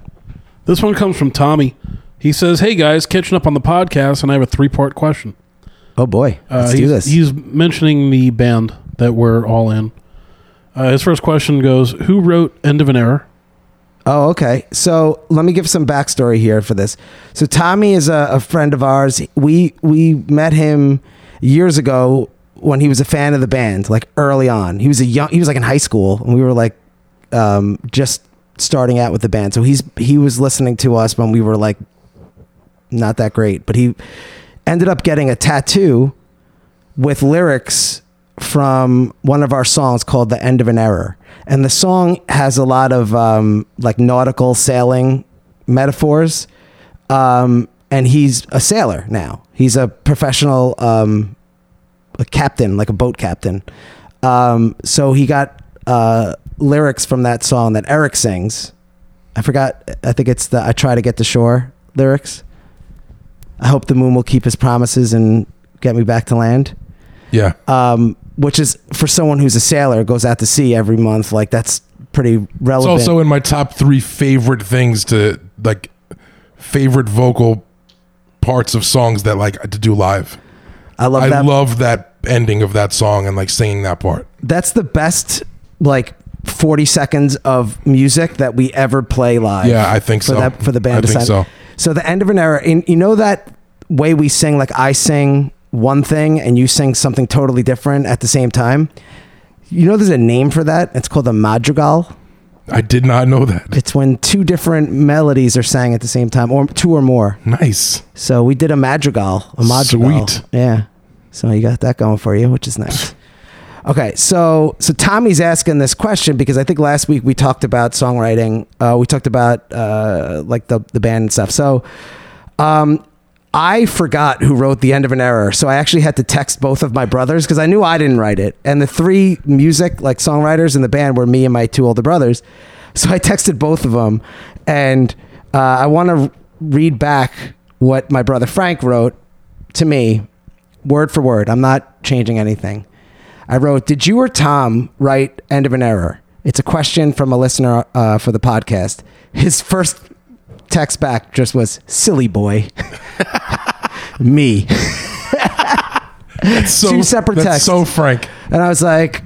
[SPEAKER 5] This one comes from Tommy. He says, "Hey guys, catching up on the podcast, and I have a three-part question.
[SPEAKER 3] Oh boy,
[SPEAKER 5] Uh,
[SPEAKER 3] let's
[SPEAKER 5] he's,
[SPEAKER 3] do this.
[SPEAKER 5] He's mentioning the band that we're all in. Uh, his first question goes, "Who wrote End of an Era?"
[SPEAKER 3] Oh, okay. So let me give some backstory here for this. So Tommy is a, a friend of ours. We we met him years ago when he was a fan of the band, like early on. He was a young. He was like in high school, and we were like um, just starting out with the band. So he's he was listening to us when we were like not that great, but he ended up getting a tattoo with lyrics from one of our songs called "The End of an Error," and the song has a lot of um, like nautical sailing metaphors. Um, and he's a sailor now. He's a professional um, a captain, like a boat captain. Um, so he got uh, lyrics from that song that Eric sings. I forgot. I think it's the "I try to get to shore" lyrics. I hope the moon will keep his promises and get me back to land
[SPEAKER 4] Yeah.
[SPEAKER 3] um, which is for someone who's a sailor goes out to sea every month. Like that's pretty
[SPEAKER 4] It's
[SPEAKER 3] relevant.
[SPEAKER 4] also in my top 3 favorite things to like favorite vocal parts of songs that like to do live.
[SPEAKER 3] I love
[SPEAKER 4] I
[SPEAKER 3] that.
[SPEAKER 4] love that ending of that song and like singing that part.
[SPEAKER 3] that's the best like forty seconds of music that we ever play live.
[SPEAKER 4] Yeah, I think
[SPEAKER 3] for
[SPEAKER 4] so.
[SPEAKER 3] that for the band.
[SPEAKER 4] I
[SPEAKER 3] to
[SPEAKER 4] think
[SPEAKER 3] sign-
[SPEAKER 4] so.
[SPEAKER 3] So the end of an era. In, you know that way we sing. Like I sing one thing and you sing something totally different at the same time. You know, there's a name for that. It's called a madrigal.
[SPEAKER 4] I did not know that.
[SPEAKER 3] It's when two different melodies are sang at the same time, or two or more.
[SPEAKER 4] Nice.
[SPEAKER 3] So we did a madrigal, a madrigal.
[SPEAKER 4] Sweet.
[SPEAKER 3] Yeah. So you got that going for you, which is nice. Okay, so so Tommy's asking this question because I think last week we talked about songwriting. Uh, we talked about uh, like the the band and stuff. So um, I forgot who wrote the end of an error, so I actually had to text both of my brothers because I knew I didn't write it. And the three music like songwriters in the band were me and my two older brothers. So I texted both of them, and uh, I want to read back what my brother Frank wrote to me, word for word. I'm not changing anything. I wrote, "Did you or Tom write End of an Error?" It's a question from a listener uh, for the podcast. His first Text back just was silly boy. Me.
[SPEAKER 4] That's so,
[SPEAKER 3] Two separate
[SPEAKER 4] that's
[SPEAKER 3] texts.
[SPEAKER 4] so frank.
[SPEAKER 3] And I was like,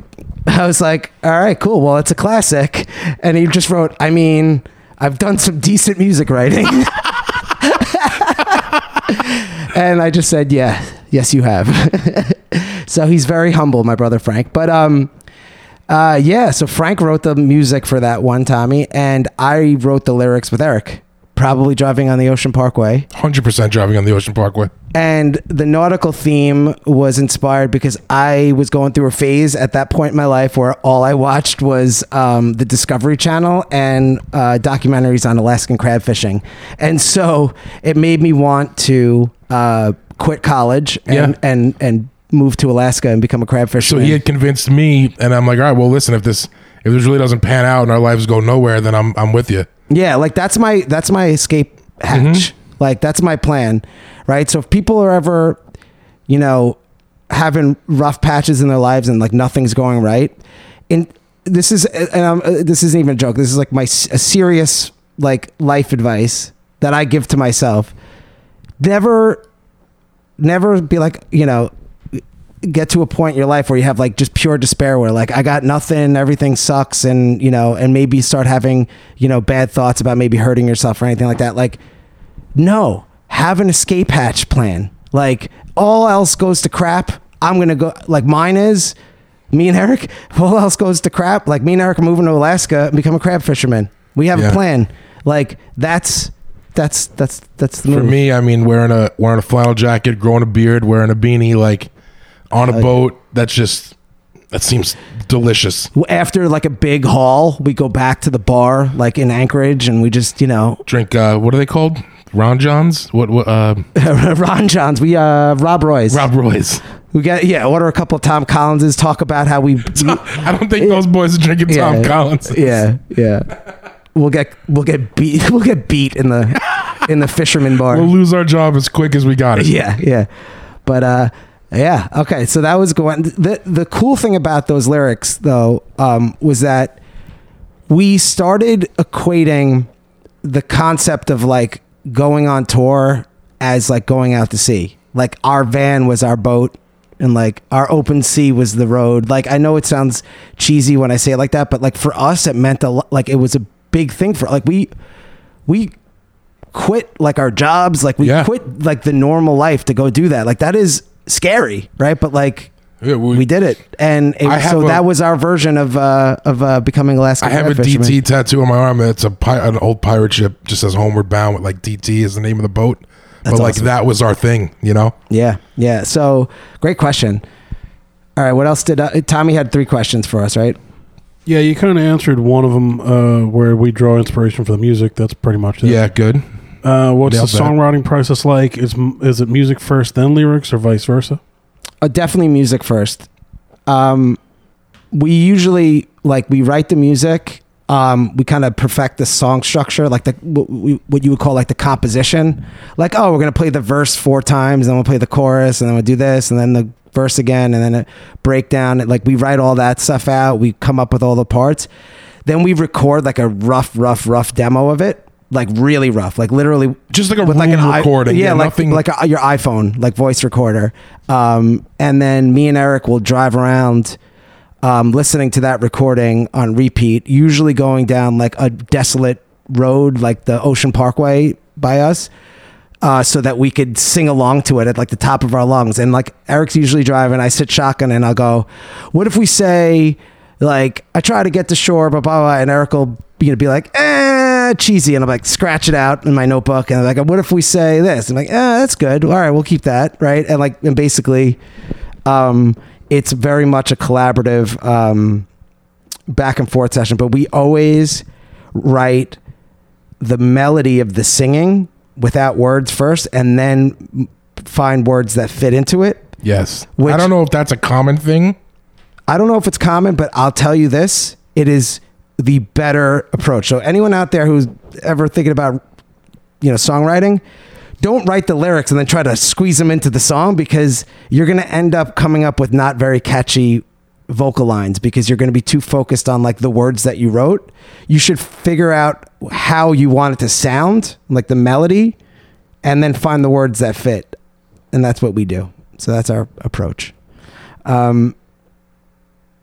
[SPEAKER 3] I was like, all right, cool. Well, it's a classic. And he just wrote, I mean, I've done some decent music writing. and I just said, yeah, yes, you have. so he's very humble, my brother Frank. But um, uh, yeah, so Frank wrote the music for that one, Tommy, and I wrote the lyrics with Eric. Probably driving on the Ocean Parkway.
[SPEAKER 4] 100% driving on the Ocean Parkway.
[SPEAKER 3] And the nautical theme was inspired because I was going through a phase at that point in my life where all I watched was um, the Discovery Channel and uh, documentaries on Alaskan crab fishing. And so it made me want to uh, quit college and,
[SPEAKER 4] Yeah.
[SPEAKER 3] and, and move to Alaska and become a crab
[SPEAKER 4] So
[SPEAKER 3] fisherman.
[SPEAKER 4] he had convinced me, and I'm like, all right, well, listen, if this if this really doesn't pan out and our lives go nowhere, then I'm I'm with you.
[SPEAKER 3] Yeah, like that's my that's my escape hatch. Like that's my plan, right? So if people are ever, you know, having rough patches in their lives and like nothing's going right, and this is and I'm, uh, this isn't even a joke. This is like my s- a serious like life advice that I give to myself. Never, never be like you know. Get to a point in your life where you have like just pure despair, where like I got nothing, everything sucks, and you know, and maybe start having you know bad thoughts about maybe hurting yourself or anything like that. Like no, have an escape hatch plan. Like all else goes to crap. I'm gonna go like mine is. Me and Eric, if all else goes to crap. Like me and Eric are moving to Alaska and become a crab fisherman. We have
[SPEAKER 4] Yeah.
[SPEAKER 3] a plan. Like that's that's that's that's the
[SPEAKER 4] For
[SPEAKER 3] move.
[SPEAKER 4] me, I mean, wearing a wearing a flannel jacket, growing a beard, wearing a beanie, like on a boat. That's just that seems delicious.
[SPEAKER 3] After like a big haul, we go back to the bar like in Anchorage, and we just you know
[SPEAKER 4] Drink. Uh, what are they called? Ron Johns. What? what uh,
[SPEAKER 3] Ron Johns, we uh Rob Roy's,
[SPEAKER 4] Rob Roy's.
[SPEAKER 3] we got yeah order a couple of Tom Collinses, talk about how we
[SPEAKER 4] I don't think those boys are drinking Tom Collins.
[SPEAKER 3] Yeah, yeah. We'll get we'll get beat we'll get beat in the in the fisherman bar.
[SPEAKER 4] We'll lose our job as quick as we got it.
[SPEAKER 3] yeah, yeah. But uh yeah, okay. So that was going the the cool thing about those lyrics though um was that we started equating the concept of like going on tour as like going out to sea. Like our van was our boat and like our open sea was the road. Like I know it sounds cheesy when I say it like that, but like for us it meant a lot like it was a big thing for like we we quit like our jobs, like we
[SPEAKER 4] Yeah.
[SPEAKER 3] quit like the normal life to go do that. Like that is scary, right? But like
[SPEAKER 4] Yeah, we-
[SPEAKER 3] we did it, and
[SPEAKER 4] I
[SPEAKER 3] it,
[SPEAKER 4] have
[SPEAKER 3] so
[SPEAKER 4] a-
[SPEAKER 3] that was our version of uh, of uh, becoming Alaska.
[SPEAKER 4] I have a
[SPEAKER 3] crab fisherman.
[SPEAKER 4] DT tattoo on my arm. It's a pi- an old pirate ship, just says Homeward Bound with like DT is the name of the boat. but like
[SPEAKER 3] awesome.
[SPEAKER 4] that was our thing, you know.
[SPEAKER 3] Yeah, yeah. So great question. All right, what else did I, Tommy had three questions for us, right?
[SPEAKER 5] Yeah, you kind of answered one of them uh, where we draw inspiration for the music. That's pretty much it.
[SPEAKER 4] Yeah, good.
[SPEAKER 5] Uh, what's
[SPEAKER 4] Nailed
[SPEAKER 5] the
[SPEAKER 4] that.
[SPEAKER 5] songwriting process like? Is m- is it music first, then lyrics, or vice versa?
[SPEAKER 3] Uh, definitely music first. Um, we usually like we write the music. Um, we kind of perfect the song structure, like the what, we, what you would call like the composition. Like, oh, we're gonna play the verse four times, then we'll play the chorus, and then we'll do this, and then the verse again, and then a breakdown. Like we write all that stuff out. We come up with all the parts. Then we record like a rough, rough, rough demo of it, like really rough, like literally
[SPEAKER 4] Just like a
[SPEAKER 3] with like an
[SPEAKER 4] room
[SPEAKER 3] i-
[SPEAKER 4] recording.
[SPEAKER 3] yeah,
[SPEAKER 4] Yeah,
[SPEAKER 3] like
[SPEAKER 4] nothing-
[SPEAKER 3] like a, your iPhone, like voice recorder. Um, and then me and Eric will drive around, um, listening to that recording on repeat. Usually going down like a desolate road, like the Ocean Parkway by us. Uh, so that we could sing along to it at like the top of our lungs. And like Eric's usually driving, I sit shotgun and I'll go, what if we say, like, I try to get to shore, but blah, blah, blah," and Eric will you know, be like, eh, cheesy. And I'm like, scratch it out in my notebook. And I'm like, what if we say this? I'm like, eh, that's good. All right, we'll keep that. Right. And like, and basically, um, it's very much a collaborative, um, back and forth session, but we always write the melody of the singing without words first and then find words that fit into it.
[SPEAKER 4] Yes.
[SPEAKER 3] Which-
[SPEAKER 4] I don't know if that's a common thing.
[SPEAKER 3] I don't know if it's common, but I'll tell you this it is the better approach. So, anyone out there who's ever thinking about, you know, songwriting, don't write the lyrics and then try to squeeze them into the song because you're going to end up coming up with not very catchy vocal lines because you're going to be too focused on like the words that you wrote. You should figure out how you want it to sound, like the melody, and then find the words that fit. And that's what we do. So that's our approach. Um,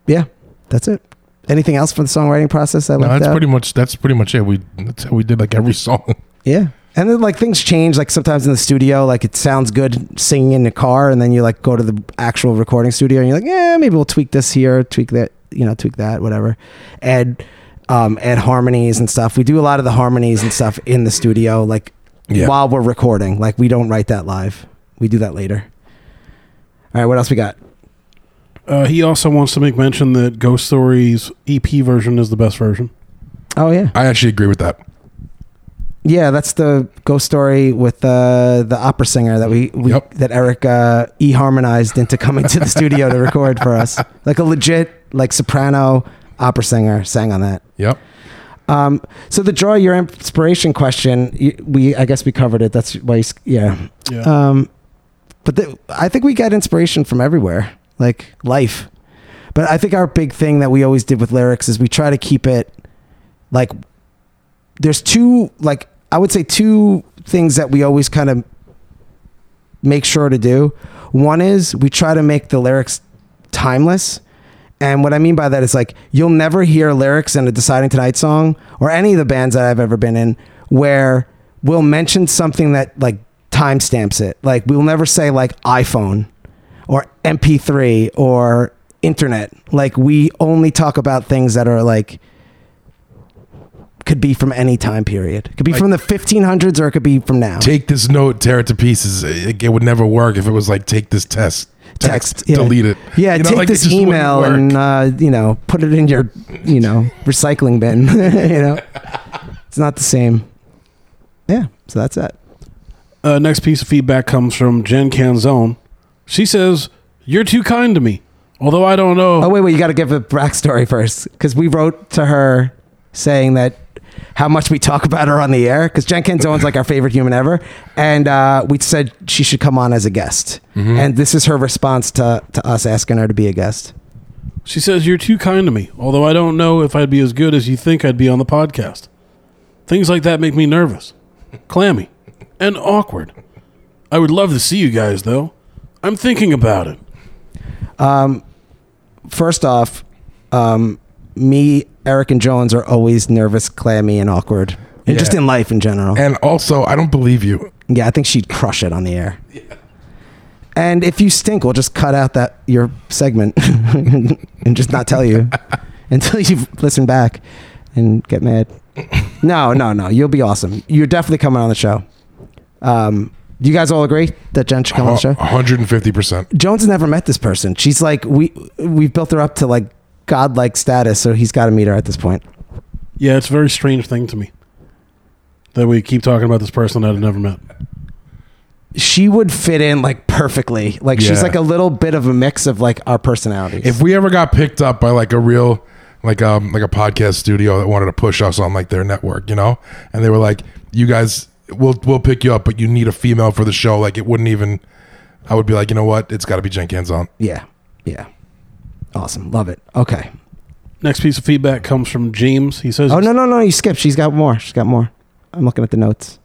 [SPEAKER 3] yeah, that's it. Anything else from the songwriting process? I
[SPEAKER 4] No,
[SPEAKER 3] left
[SPEAKER 4] that's
[SPEAKER 3] out?
[SPEAKER 4] pretty much that's pretty much it. We that's how we did like every song.
[SPEAKER 3] Yeah. And then like things change, like sometimes in the studio, like it sounds good singing in the car, and then you like go to the actual recording studio and you're like, yeah, maybe we'll tweak this here, tweak that, you know, tweak that, whatever. Add um add harmonies and stuff. We do a lot of the harmonies and stuff in the studio, like
[SPEAKER 4] Yeah.
[SPEAKER 3] while we're recording. Like we don't write that live. We do that later. All right, what else we got?
[SPEAKER 5] Uh, he also wants to make mention that Ghost Stories EP version is the best version.
[SPEAKER 3] Oh yeah.
[SPEAKER 4] I actually agree with that.
[SPEAKER 3] Yeah, that's the ghost story with uh, the opera singer that we, we
[SPEAKER 4] Yep.
[SPEAKER 3] that Eric uh, e harmonized into coming to the studio to record for us. Like a legit like soprano opera singer sang on that.
[SPEAKER 4] Yep.
[SPEAKER 3] Um, so the draw your inspiration question, you, we I guess we covered it. That's why you, s- yeah.
[SPEAKER 5] Yeah.
[SPEAKER 3] Um, but the, I think we got inspiration from everywhere, like life. But I think our big thing that we always did with lyrics is we try to keep it like there's two like I would say two things that we always kind of make sure to do. One is we try to make the lyrics timeless. And what I mean by that is like you'll never hear lyrics in a Deciding Tonight song or any of the bands that I've ever been in where we'll mention something that like timestamps it. Like we'll never say like iPhone or MP3 or internet. Like we only talk about things that are like could be from any time period. Could be from the 1500s or it could be from now.
[SPEAKER 4] Take this note, tear it to pieces. It, it would never work if it was like take this test, text,
[SPEAKER 3] yeah.
[SPEAKER 4] delete it.
[SPEAKER 3] Yeah,
[SPEAKER 4] You know,
[SPEAKER 3] take
[SPEAKER 4] like, it
[SPEAKER 3] this
[SPEAKER 4] just wouldn't
[SPEAKER 3] email
[SPEAKER 4] work.
[SPEAKER 3] and uh, you know put it in your you know recycling bin. you know, it's not the same. Yeah, so that's it.
[SPEAKER 5] Uh, next piece of feedback comes from Jen Canzone. She says, You're too kind to me. Although I don't know.
[SPEAKER 3] Oh wait, wait, you got to give a backstory first because we wrote to her saying that how much we talk about her on the air because Jenkins Owen's like our favorite human ever, and uh, we said she should come on as a guest,
[SPEAKER 4] Mm-hmm.
[SPEAKER 3] and this is her response to to us asking her to be a guest.
[SPEAKER 5] She says, You're too kind to me. Although I don't know if I'd be as good as you think I'd be on the podcast. Things like that make me nervous, clammy, and awkward. I would love to see you guys, though. I'm thinking about it.
[SPEAKER 3] first off, um, me, Eric, and Jones are always nervous, clammy, and awkward, and
[SPEAKER 4] Yeah.
[SPEAKER 3] just in life in general.
[SPEAKER 4] And also, I don't believe you.
[SPEAKER 3] yeah, I think she'd crush it on the air. And if you stink, we'll just cut out that your segment and just not tell you until you listen back and get mad. No, no, no. You'll be awesome. You're definitely coming on the show. Um, do you guys all agree that Jen should come on the show?
[SPEAKER 4] Oh, 150%.
[SPEAKER 3] Jones never met this person. She's like we we've built her up to like godlike status, so he's got to meet her at this point.
[SPEAKER 5] Yeah, it's a very strange thing to me that we keep talking about this person that I've never met.
[SPEAKER 3] She would fit in like perfectly. Like
[SPEAKER 4] Yeah.
[SPEAKER 3] she's like a little bit of a mix of like our personalities.
[SPEAKER 4] If we ever got picked up by like a real, like um, like a podcast studio that wanted to push us on like their network, you know, and they were like, "You guys, we'll we'll pick you up, but you need a female for the show." Like it wouldn't even. I would be like, you know what? It's got to be Jenkins on.
[SPEAKER 3] yeah, yeah, awesome, love it. Okay.
[SPEAKER 5] Next piece of feedback comes from James. He says,
[SPEAKER 3] Oh no no no! You skipped. She's got more. She's got more. I'm looking at the notes.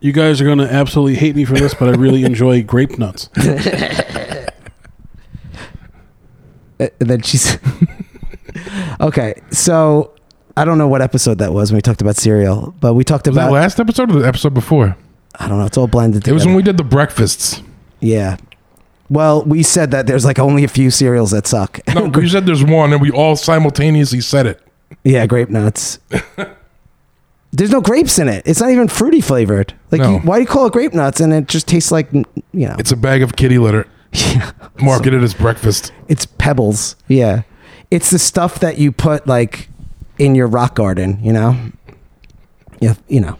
[SPEAKER 5] You guys are going to absolutely hate me for this, but I really enjoy grape nuts.
[SPEAKER 3] Uh, and then she's okay. So I don't know what episode that was when we talked about cereal, but we talked
[SPEAKER 4] Was that
[SPEAKER 3] about
[SPEAKER 4] last episode or the episode before?
[SPEAKER 3] I don't know. It's all blended.
[SPEAKER 4] It
[SPEAKER 3] Together.
[SPEAKER 4] was when we did the breakfasts.
[SPEAKER 3] Yeah. Well, we said that there's like only a few cereals that suck.
[SPEAKER 4] No, you said there's one, and we all simultaneously said it.
[SPEAKER 3] yeah, grape nuts. there's no grapes in it. It's not even fruity flavored. Like,
[SPEAKER 4] No.
[SPEAKER 3] you, why do you call it grape nuts? And it just tastes like, you know,
[SPEAKER 4] It's a bag of kitty litter
[SPEAKER 3] yeah,
[SPEAKER 4] marketed as breakfast.
[SPEAKER 3] it's pebbles. Yeah, it's the stuff that you put like in your rock garden. You know, yeah, you know.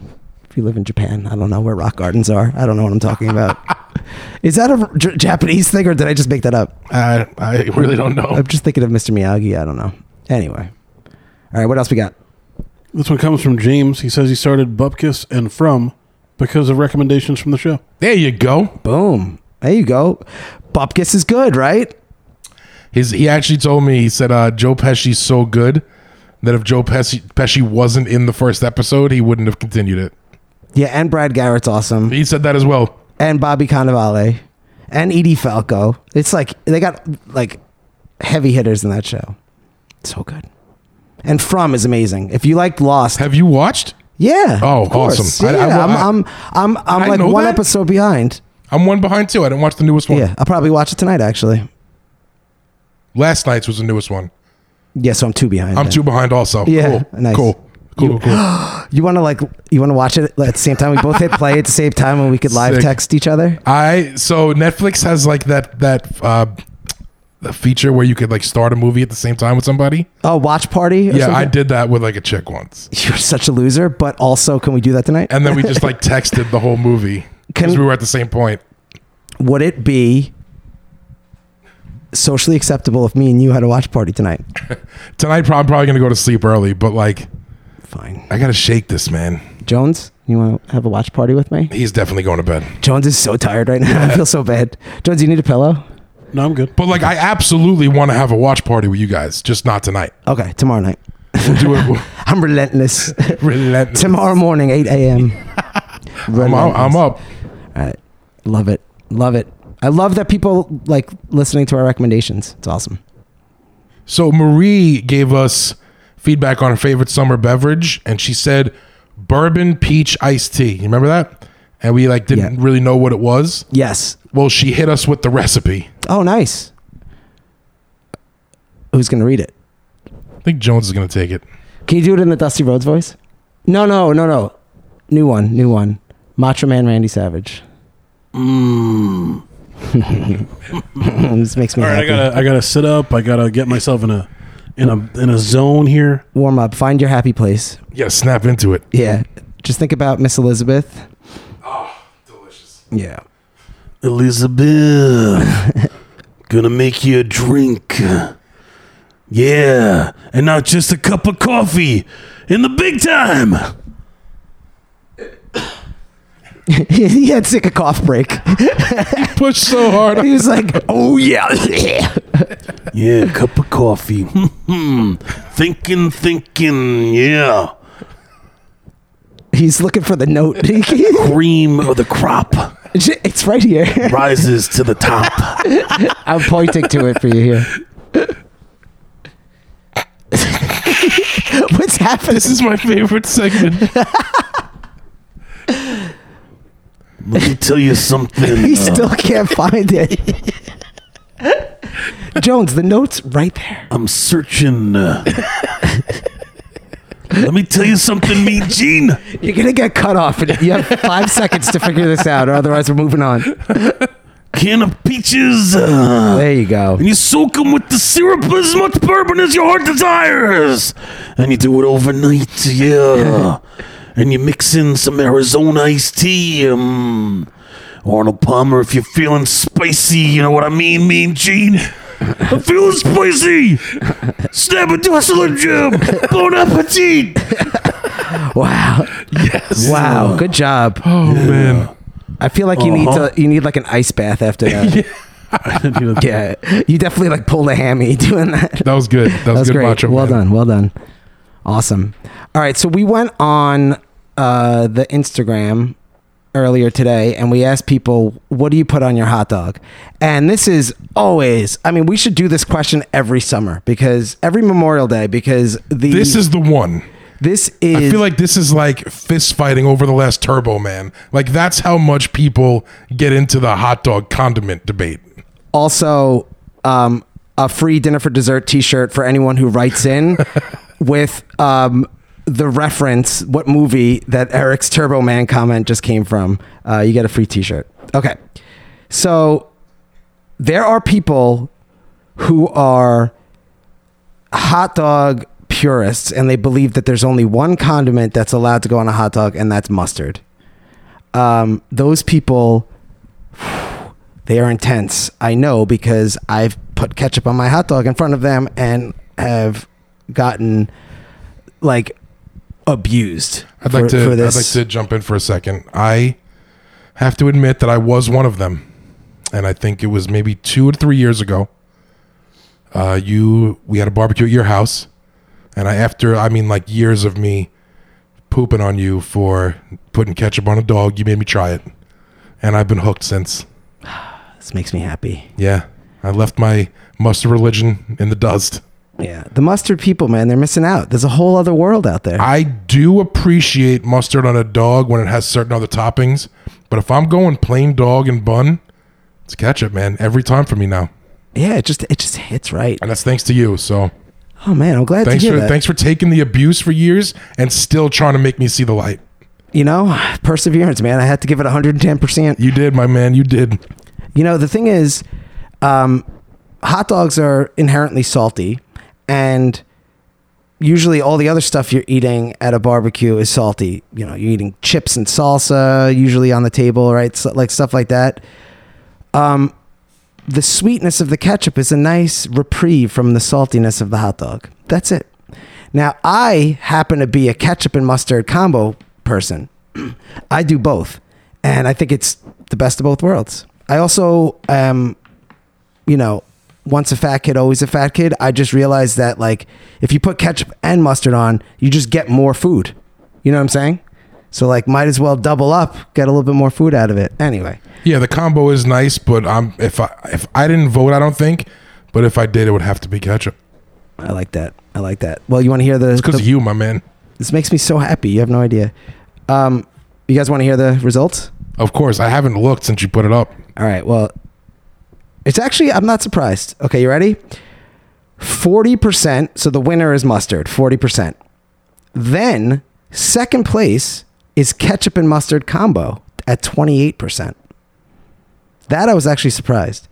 [SPEAKER 3] If you live in Japan, I don't know where rock gardens are. I don't know what I'm talking about. Is that a J- Japanese thing, or did I just make that up?
[SPEAKER 4] I I really don't know.
[SPEAKER 3] I'm just thinking of Mr. Miyagi. I don't know. Anyway. All right, what else we got?
[SPEAKER 5] This one comes from James. He says he started Bupkis and From because of recommendations from the show.
[SPEAKER 4] There you go.
[SPEAKER 3] Boom. There you go. Bupkis is good, right?
[SPEAKER 4] His he actually told me he said uh, Joe Pesci's so good that if Joe Pesci, Pesci wasn't in the first episode, he wouldn't have continued it.
[SPEAKER 3] Yeah, and Brad Garrett's awesome,
[SPEAKER 4] He said that as well.
[SPEAKER 3] and Bobby Cannavale, and Edie Falco. It's like they got like heavy hitters in that show. So good. And From is amazing. If you liked Lost,
[SPEAKER 4] Have you watched?
[SPEAKER 3] yeah.
[SPEAKER 4] Oh,
[SPEAKER 3] of course.
[SPEAKER 4] awesome. I-
[SPEAKER 3] Yeah,
[SPEAKER 4] I- I-
[SPEAKER 3] I, am I'm, I'm,
[SPEAKER 4] I
[SPEAKER 3] I'm like
[SPEAKER 4] know
[SPEAKER 3] one
[SPEAKER 4] that.
[SPEAKER 3] episode behind.
[SPEAKER 4] I'm one behind too. I didn't watch the newest one.
[SPEAKER 3] Yeah, I'll probably watch it tonight. Actually,
[SPEAKER 4] Last night's was the newest one.
[SPEAKER 3] yeah. So I'm two behind.
[SPEAKER 4] I'm
[SPEAKER 3] then.
[SPEAKER 4] two behind also.
[SPEAKER 3] Yeah,
[SPEAKER 4] Cool.
[SPEAKER 3] nice.
[SPEAKER 4] Cool. Cool. Cool.
[SPEAKER 3] You want to like you want to watch it at the same time. We both hit play at the same time, and we could live
[SPEAKER 4] Sick.
[SPEAKER 3] text each other.
[SPEAKER 4] I so Netflix has like that that uh the feature where you could like start a movie at the same time with somebody.
[SPEAKER 3] Oh, watch party. Or
[SPEAKER 4] yeah, I
[SPEAKER 3] something?
[SPEAKER 4] did that with like a chick once.
[SPEAKER 3] You're such a loser. But also, can we do that tonight?
[SPEAKER 4] And then we just like texted the whole movie because
[SPEAKER 3] Can-
[SPEAKER 4] we were at the same point.
[SPEAKER 3] Would it be socially acceptable if me and you had a watch party tonight?
[SPEAKER 4] Tonight, prob- I'm probably going to go to sleep early, but like,
[SPEAKER 3] Fine.
[SPEAKER 4] I got to shake this man.
[SPEAKER 3] Jones, you want to have a watch party with me?
[SPEAKER 4] He's definitely going to bed.
[SPEAKER 3] Jones is so tired right now. I feel so bad. Jones, you need a pillow?
[SPEAKER 5] No, I'm good.
[SPEAKER 4] But like, I absolutely want to have a watch party with you guys, just not tonight.
[SPEAKER 3] Okay, tomorrow night.
[SPEAKER 4] We'll do it.
[SPEAKER 3] I'm relentless.
[SPEAKER 4] relentless.
[SPEAKER 3] tomorrow morning, 8 a.m.
[SPEAKER 4] I'm, out- I'm
[SPEAKER 3] Relentless.
[SPEAKER 4] up.
[SPEAKER 3] All right. Love it. Love it. I love that people like listening to our recommendations. It's awesome.
[SPEAKER 4] So Marie gave us feedback on her favorite summer beverage, and she said bourbon peach iced tea. You remember that? And we like didn't
[SPEAKER 3] Yeah.
[SPEAKER 4] really know what it was.
[SPEAKER 3] Yes.
[SPEAKER 4] Well, she hit us with the recipe.
[SPEAKER 3] Oh, nice. Who's going to read it?
[SPEAKER 4] I think Jones is going to take it.
[SPEAKER 3] Can you do it in the Dusty Rhodes voice? No, no, no, no. New one, new one. Macho Man Randy Savage. Mm. Mmm. this makes me
[SPEAKER 5] All right, I
[SPEAKER 3] happy.
[SPEAKER 5] gotta I gotta sit up. I gotta get myself in a in a in a zone here.
[SPEAKER 3] Warm up. Find your happy place.
[SPEAKER 4] You got to snap into it.
[SPEAKER 3] Yeah. Just think about Miss Elizabeth.
[SPEAKER 4] Delicious.
[SPEAKER 3] Yeah.
[SPEAKER 5] Elizabeth, gonna make you a drink. Yeah, and not just a cup of coffee in the big time.
[SPEAKER 3] he had sick a cough break.
[SPEAKER 4] Push so hard.
[SPEAKER 3] he was like, "Oh yeah."
[SPEAKER 5] Yeah, cup of coffee. Hmm. thinking, thinking. Yeah,
[SPEAKER 3] He's looking for the note.
[SPEAKER 5] cream of the crop
[SPEAKER 3] it's right here.
[SPEAKER 5] rises to the top.
[SPEAKER 3] I'm pointing to it for you here. What's happening?
[SPEAKER 4] This is my favorite segment.
[SPEAKER 5] Let me tell you something. uh,
[SPEAKER 3] He still can't find it. Jones, the note's right there.
[SPEAKER 5] I'm searching. uh, Let me tell you something, Mean Gene.
[SPEAKER 3] You're gonna get cut off, and you have five seconds to figure this out, or otherwise we're moving on.
[SPEAKER 5] Can of peaches. uh,
[SPEAKER 3] There you go.
[SPEAKER 5] and you soak them with the syrup as much bourbon as your heart desires. And you do it overnight, yeah. and you mix in some Arizona iced tea. Um, Arnold Palmer, if you're feeling spicy, you know what I mean, Mean Gene? I'm feeling spicy. Snap a hustler jam. Bon appetit.
[SPEAKER 3] Wow. Yes. Wow. Good job.
[SPEAKER 4] Oh man.
[SPEAKER 3] I feel like you
[SPEAKER 5] Uh-huh.
[SPEAKER 3] need to you need like an ice bath after that. yeah. You definitely like pulled a hammy doing that.
[SPEAKER 4] That was good. That was,
[SPEAKER 3] That was
[SPEAKER 4] good
[SPEAKER 3] great.
[SPEAKER 4] macho.
[SPEAKER 3] well
[SPEAKER 4] Man.
[SPEAKER 3] done. Well done. Awesome. All right. So we went on uh, the Instagram earlier today and we asked people, what do you put on your hot dog? And this is always, I mean, we should do this question every summer because every Memorial Day, because the,
[SPEAKER 4] This is the one.
[SPEAKER 3] this is,
[SPEAKER 4] I feel like this is like fist fighting over the last Turbo Man. Like that's how much people get into the hot dog condiment debate.
[SPEAKER 3] also um, a free dinner for dessert t-shirt for anyone who writes in with um, the reference what movie that eric's turbo man comment just came from uh, you get a free t-shirt okay so there are people who are hot dog purists and they believe that there's only one condiment that's allowed to go on a hot dog and that's mustard um, those people they are intense. I know because I've put ketchup on my hot dog in front of them and have gotten like abused.
[SPEAKER 4] I'd
[SPEAKER 3] for-
[SPEAKER 4] like to
[SPEAKER 3] for this.
[SPEAKER 4] I'd like to jump in for a second. I have to admit that I was one of them. And I think it was maybe 2 or 3 years ago. Uh, you, we had a barbecue at your house, and I after I mean like years of me pooping on you for putting ketchup on a dog, you made me try it, and I've been hooked since.
[SPEAKER 3] This makes me happy.
[SPEAKER 4] Yeah, I left my mustard religion in the dust.
[SPEAKER 3] Yeah. The mustard people, man, they're missing out. There's a whole other world out there.
[SPEAKER 4] I do appreciate mustard on a dog when it has certain other toppings, but if I'm going plain dog and bun, it's ketchup, man, every time for me now,
[SPEAKER 3] yeah, it just it just hits right.
[SPEAKER 4] and that's thanks to you. So
[SPEAKER 3] Oh man, I'm glad
[SPEAKER 4] thanks
[SPEAKER 3] to
[SPEAKER 4] for
[SPEAKER 3] hear that.
[SPEAKER 4] thanks for taking the abuse for years and still trying to make me see the light.
[SPEAKER 3] You know, perseverance, man. I had to give it 110 percent.
[SPEAKER 4] You did, my man. You did.
[SPEAKER 3] You know, the thing is, um, hot dogs are inherently salty, and usually all the other stuff you're eating at a barbecue is salty. You know, you're eating chips and salsa, usually on the table, right? So, like stuff like that. Um, the sweetness of the ketchup is a nice reprieve from the saltiness of the hot dog. That's it. Now, I happen to be a ketchup and mustard combo person. I do both, and I think it's the best of both worlds. I also am, you know, once a fat kid, always a fat kid. I just realized that like if you put ketchup and mustard on, you just get more food. You know what I'm saying? So like, might as well double up, get a little bit more food out of it. Anyway,
[SPEAKER 4] Yeah, the combo is nice, but I'm if I if I didn't vote, I don't think. But if I did, it would have to be ketchup.
[SPEAKER 3] I like that. I like that. Well, you want to hear the,
[SPEAKER 4] Because
[SPEAKER 3] the
[SPEAKER 4] of you, my man.
[SPEAKER 3] this makes me so happy. You have no idea. Um, you guys want to hear the results?
[SPEAKER 4] Of course, I haven't looked since you put it up.
[SPEAKER 3] All right. Well, it's actually, I'm not surprised. Okay, you ready? 40%. So the winner is mustard, 40%. Then, second place is ketchup and mustard combo at 28%. That I was actually surprised.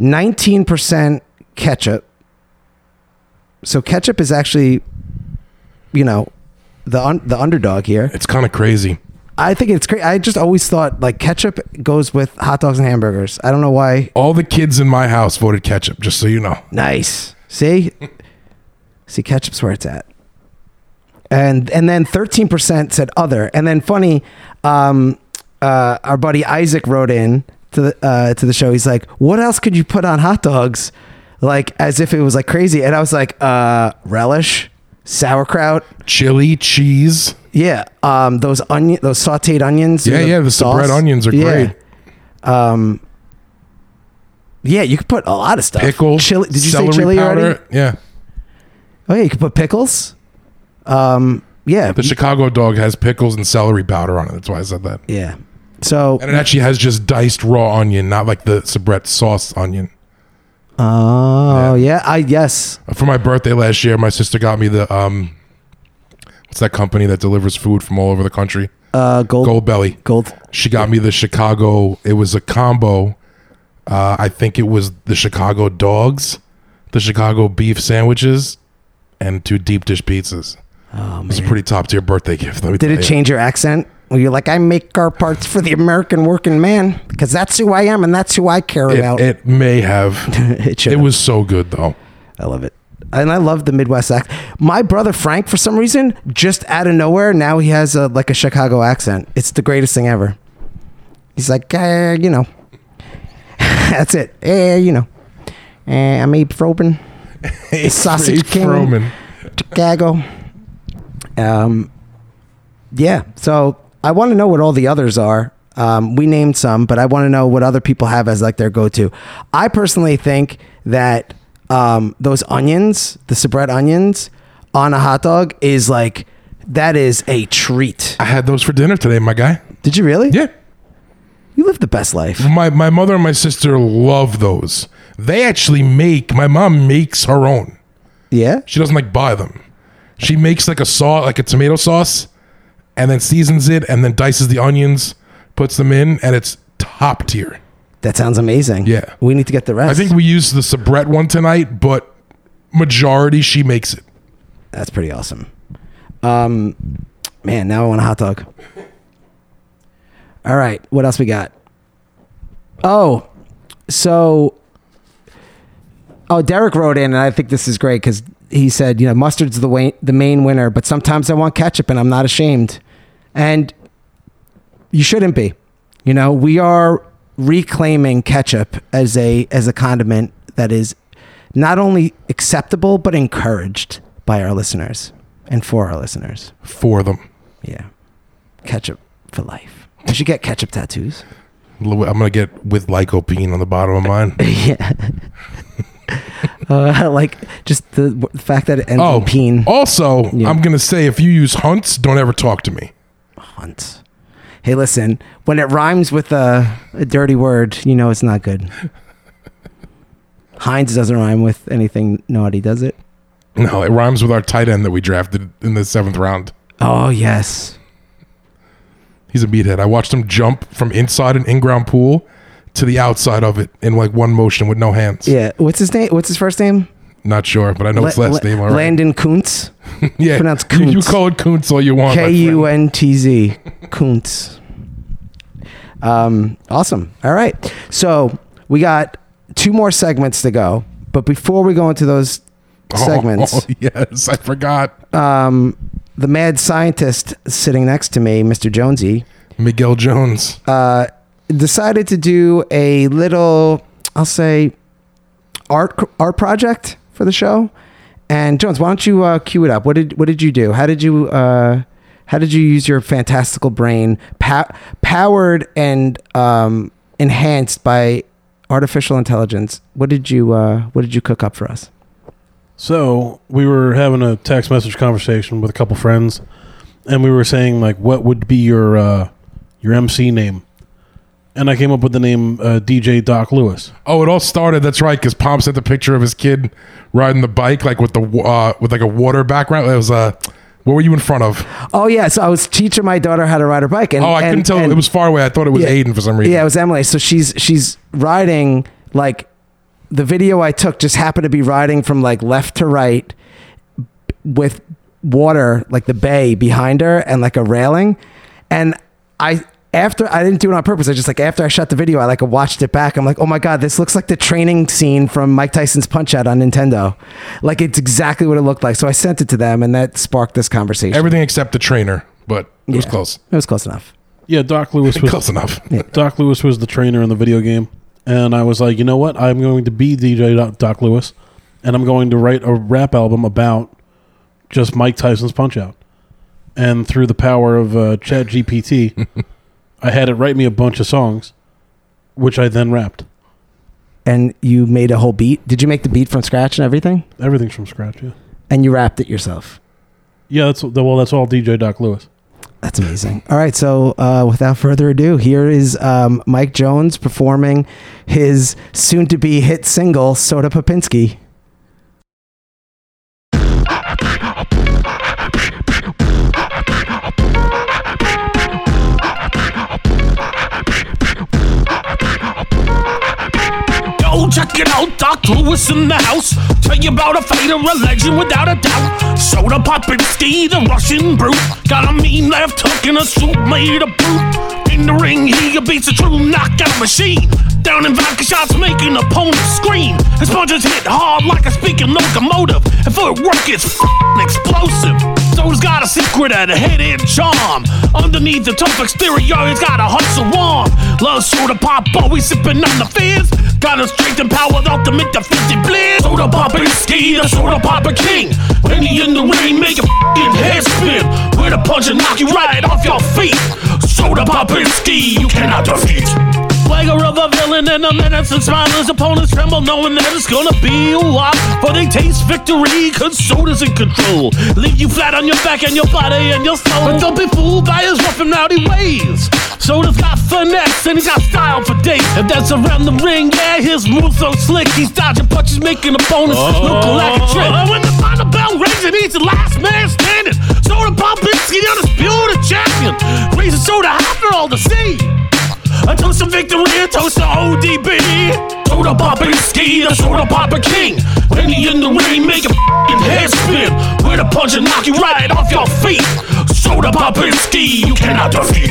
[SPEAKER 3] 19% ketchup. So ketchup is actually, you know, the un- the underdog here.
[SPEAKER 4] It's kind of crazy.
[SPEAKER 3] I think it's great. I just always thought like ketchup goes with hot dogs and hamburgers. I don't know why.
[SPEAKER 4] All the kids in my house voted ketchup. Just so you know.
[SPEAKER 3] Nice. See, see, ketchup's where it's at. And and then thirteen percent said other. And then funny, um, uh, our buddy Isaac wrote in to the uh, to the show. He's like, "What else could you put on hot dogs?" Like as if it was like crazy. And I was like, uh, relish, sauerkraut.
[SPEAKER 4] Chili, cheese.
[SPEAKER 3] Yeah, um, those onion, those sautéed onions.
[SPEAKER 4] Yeah,
[SPEAKER 3] with
[SPEAKER 4] yeah, the
[SPEAKER 3] sauce.
[SPEAKER 4] spread onions are
[SPEAKER 3] Yeah.
[SPEAKER 4] great.
[SPEAKER 3] Um, yeah, you could put a lot of stuff.
[SPEAKER 4] Pickle.
[SPEAKER 3] Uh, chili. Did you say
[SPEAKER 4] celery
[SPEAKER 3] chili
[SPEAKER 4] powder.
[SPEAKER 3] already?
[SPEAKER 4] Yeah.
[SPEAKER 3] Oh yeah, you could put pickles. Um, yeah,
[SPEAKER 4] The Chicago dog has pickles and celery powder on it. That's why I said that.
[SPEAKER 3] yeah. So,
[SPEAKER 4] And it actually has just diced raw onion, not like the soubrette sauce onion.
[SPEAKER 3] oh yeah, I yes,
[SPEAKER 4] Uh, For my birthday last year, my sister got me the um, what's that company that delivers food from all over the country?
[SPEAKER 3] uh, gold, gold,
[SPEAKER 4] Gold Belly. She got me the Chicago. It was a combo. Uh, I think it was the Chicago dogs, the Chicago beef sandwiches, and two deep dish pizzas.
[SPEAKER 3] Oh,
[SPEAKER 4] It was a pretty top tier birthday gift. let me
[SPEAKER 3] Did
[SPEAKER 4] tell
[SPEAKER 3] it
[SPEAKER 4] ya.
[SPEAKER 3] change your accent? Were you like, I make car parts for the American working man because that's who I am and that's who I care
[SPEAKER 4] It,
[SPEAKER 3] about.
[SPEAKER 4] it may have.
[SPEAKER 3] it should
[SPEAKER 4] it
[SPEAKER 3] have.
[SPEAKER 4] was so good though.
[SPEAKER 3] I love it. And I love the Midwest accent. My brother Frank, for some reason, just out of nowhere, now he has a, like a Chicago accent. It's the greatest thing ever. He's like, eh, you know, that's it. Eh, you know, eh, I'm Abe Frobin, Sausage
[SPEAKER 4] Abe
[SPEAKER 3] King.
[SPEAKER 4] Froman.
[SPEAKER 3] Chicago. Um, yeah. So I want to know what all the others are. Um, we named some, but I want to know what other people have as like their go-to. I personally think that um, those onions, the soubrette onions, on a hot dog is like that is a treat.
[SPEAKER 4] I had those for dinner today, my guy.
[SPEAKER 3] Did you really?
[SPEAKER 4] Yeah. Mm-hmm.
[SPEAKER 3] You live the best life.
[SPEAKER 4] My my mother and my sister love those. They actually make my mom makes her own.
[SPEAKER 3] Yeah.
[SPEAKER 4] She doesn't like buy them. She makes like a sauce, like a tomato sauce, and then seasons it, and then dices the onions, puts them in, and it's top tier.
[SPEAKER 3] That sounds amazing.
[SPEAKER 4] Yeah.
[SPEAKER 3] We need to get the rest.
[SPEAKER 4] I think we used the soubrette one tonight, but majority she makes it.
[SPEAKER 3] That's pretty awesome. Um, man, now I want a hot dog. All right, what else we got? Oh, so oh, Derek wrote in, and I think this is great because he said, you know, mustard's the way, the main winner, but sometimes I want ketchup, and I'm not ashamed. And you shouldn't be. You know, we are reclaiming ketchup as a as a condiment that is not only acceptable but encouraged by our listeners and for our listeners.
[SPEAKER 4] for them.
[SPEAKER 3] Yeah, ketchup for life. We should get ketchup tattoos.
[SPEAKER 4] Lu- I'm gonna get with lycopene on the bottom of mine.
[SPEAKER 3] yeah. Uh, like just the w- fact that it ends
[SPEAKER 4] Oh,
[SPEAKER 3] in peen
[SPEAKER 4] also,
[SPEAKER 3] Yeah.
[SPEAKER 4] I'm gonna say if you use hunts, don't ever talk to me.
[SPEAKER 3] hunt. Hey, listen, when it rhymes with a, a dirty word, you know it's not good. Heinz doesn't rhyme with anything naughty, does it?
[SPEAKER 4] No, it rhymes with our tight end that we drafted in the seventh round.
[SPEAKER 3] Oh yes.
[SPEAKER 4] He's a meathead. I watched him jump from inside an in-ground pool to the outside of it in like one motion with no hands.
[SPEAKER 3] Yeah. What's his name? What's his first name?
[SPEAKER 4] Not sure, but I know his
[SPEAKER 3] La-
[SPEAKER 4] last
[SPEAKER 3] La-
[SPEAKER 4] name already.
[SPEAKER 3] Landon Kuntz.
[SPEAKER 4] yeah,
[SPEAKER 3] pronounced
[SPEAKER 4] You, you
[SPEAKER 3] Kuntz.
[SPEAKER 4] call it Kuntz all you want. my
[SPEAKER 3] K
[SPEAKER 4] friend.
[SPEAKER 3] U N T Z. Kuntz. Um, awesome. All right. So we got two more segments to go. But before we go into those
[SPEAKER 4] Oh,
[SPEAKER 3] segments,
[SPEAKER 4] yes, I forgot.
[SPEAKER 3] um, the mad scientist sitting next to me, Mr. Jonesy,
[SPEAKER 4] Miguel Jones.
[SPEAKER 3] uh, decided to do a little, I'll say, art art project for the show. And Jones, why don't you uh, cue it up? What did what did you do? How did you uh, how did you use your fantastical brain, pow- powered and um, enhanced by artificial intelligence? What did you uh, what did you cook up for us?
[SPEAKER 5] So we were having a text message conversation with a couple friends, and we were saying like, what would be your uh, your MC name? And I came up with the name uh, DJ Doc Lewis.
[SPEAKER 4] Oh, it all started. That's right, because Pom sent the picture of his kid riding the bike, like with the wa- uh, with like a water background. It was uh, what were you in front of?
[SPEAKER 3] Oh yeah, so I was teaching my daughter how to ride her bike, and
[SPEAKER 4] Oh, I
[SPEAKER 3] and-
[SPEAKER 4] couldn't tell.
[SPEAKER 3] and-
[SPEAKER 4] it was far away. I thought it was
[SPEAKER 3] Yeah.
[SPEAKER 4] Aiden for some reason.
[SPEAKER 3] Yeah, it was Emily. So she's she's riding like the video I took just happened to be riding from like left to right with water like the bay behind her and like a railing and I after I didn't do it on purpose. I just like after I shot the video, I like watched it back. I'm like, oh my god, this looks like the training scene from Mike Tyson's Punch Out on Nintendo. Like it's exactly what it looked like. So I sent it to them, and that sparked this conversation.
[SPEAKER 4] everything except the trainer, but it was
[SPEAKER 3] Yeah.
[SPEAKER 4] close,
[SPEAKER 3] it was close enough.
[SPEAKER 5] Yeah, Doc Lewis was
[SPEAKER 4] close enough.
[SPEAKER 5] Doc Lewis was the trainer in the video game, and I was like, you know what? I'm going to be DJ Doc, Doc Lewis, and I'm going to write a rap album about just Mike Tyson's Punch Out. And through the power of uh, Chat GPT, I had it write me a bunch of songs, which I then rapped.
[SPEAKER 3] And you made a whole beat. Did you make the beat from scratch and everything?
[SPEAKER 5] Everything's from scratch. Yeah,
[SPEAKER 3] and you wrapped it yourself.
[SPEAKER 5] yeah. That's well. That's all DJ Doc Lewis.
[SPEAKER 3] That's amazing. All right, so uh, without further ado, here is um, Mike Jones performing his soon-to-be hit single "Soda Popinski."
[SPEAKER 6] Yo, check it out, Doc Lewis in the house. Tell you about a fighter, a legend without a doubt. Soda Popinski, the Russian brute. Got a mean left hook and a suit made of boot. In the ring, he beats a true knockout machine. Down in vodka shots, making opponents scream. His punches hit hard like a speaking locomotive. And footwork is f***ing explosive. Soda's got a secret and a hidden charm. Underneath the tough exterior, he's got a hustle warm. Love soda pop, always sipping on the fizz. Got him strength and power, ultimate defensive blitz. Soda poppin' ski, the soda popper king. When he in the ring, make your fing head spin. With a punch and knock you right off your feet. Soda poppin' ski, you cannot defeat. Swagger of a villain and a menace and smilers. Opponents tremble knowing that it's gonna be a while. But they taste victory, cause soda's in control. Leave you flat on your back and your body and your soul. But don't be fooled by his rough and rowdy ways. Soda's got finesse and he's got style for days. If that's around the ring, yeah, his moves so slick. He's dodging punches, making opponents look like a trick. And when the final bell rings, and he's the last man standing. Soda Popinski, the undisputed champion. Raising soda high for all to see. A toast to victory, a toast to ODB. Soda Popinski, the soda popper king. When he in the ring, make your f***ing head spin. With a punch and knock you right off your feet. Soda Popinski, you cannot defeat.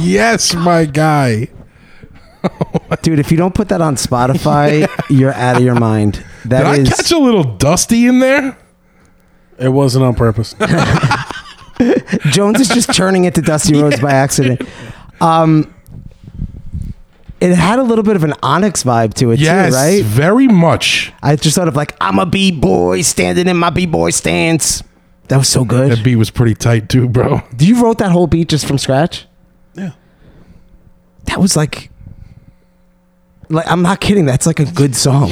[SPEAKER 4] Yes, my guy.
[SPEAKER 3] Dude, if you don't put that on Spotify, you're out of your mind.
[SPEAKER 4] Did
[SPEAKER 3] That
[SPEAKER 4] I
[SPEAKER 3] is
[SPEAKER 4] catch a little dusty in there?
[SPEAKER 5] It wasn't on purpose.
[SPEAKER 3] Jones is just turning into Dusty Rhodes by accident. Um, it had a little bit of an Onyx vibe to it
[SPEAKER 4] Yes,
[SPEAKER 3] too, right?
[SPEAKER 4] very much.
[SPEAKER 3] I just sort of like I'm a b boy standing in my b boy stance. That was so good.
[SPEAKER 4] That beat was pretty tight too, bro.
[SPEAKER 3] Do you wrote that whole beat just from scratch?
[SPEAKER 5] yeah.
[SPEAKER 3] That was like, like I'm not kidding. That's like a good song.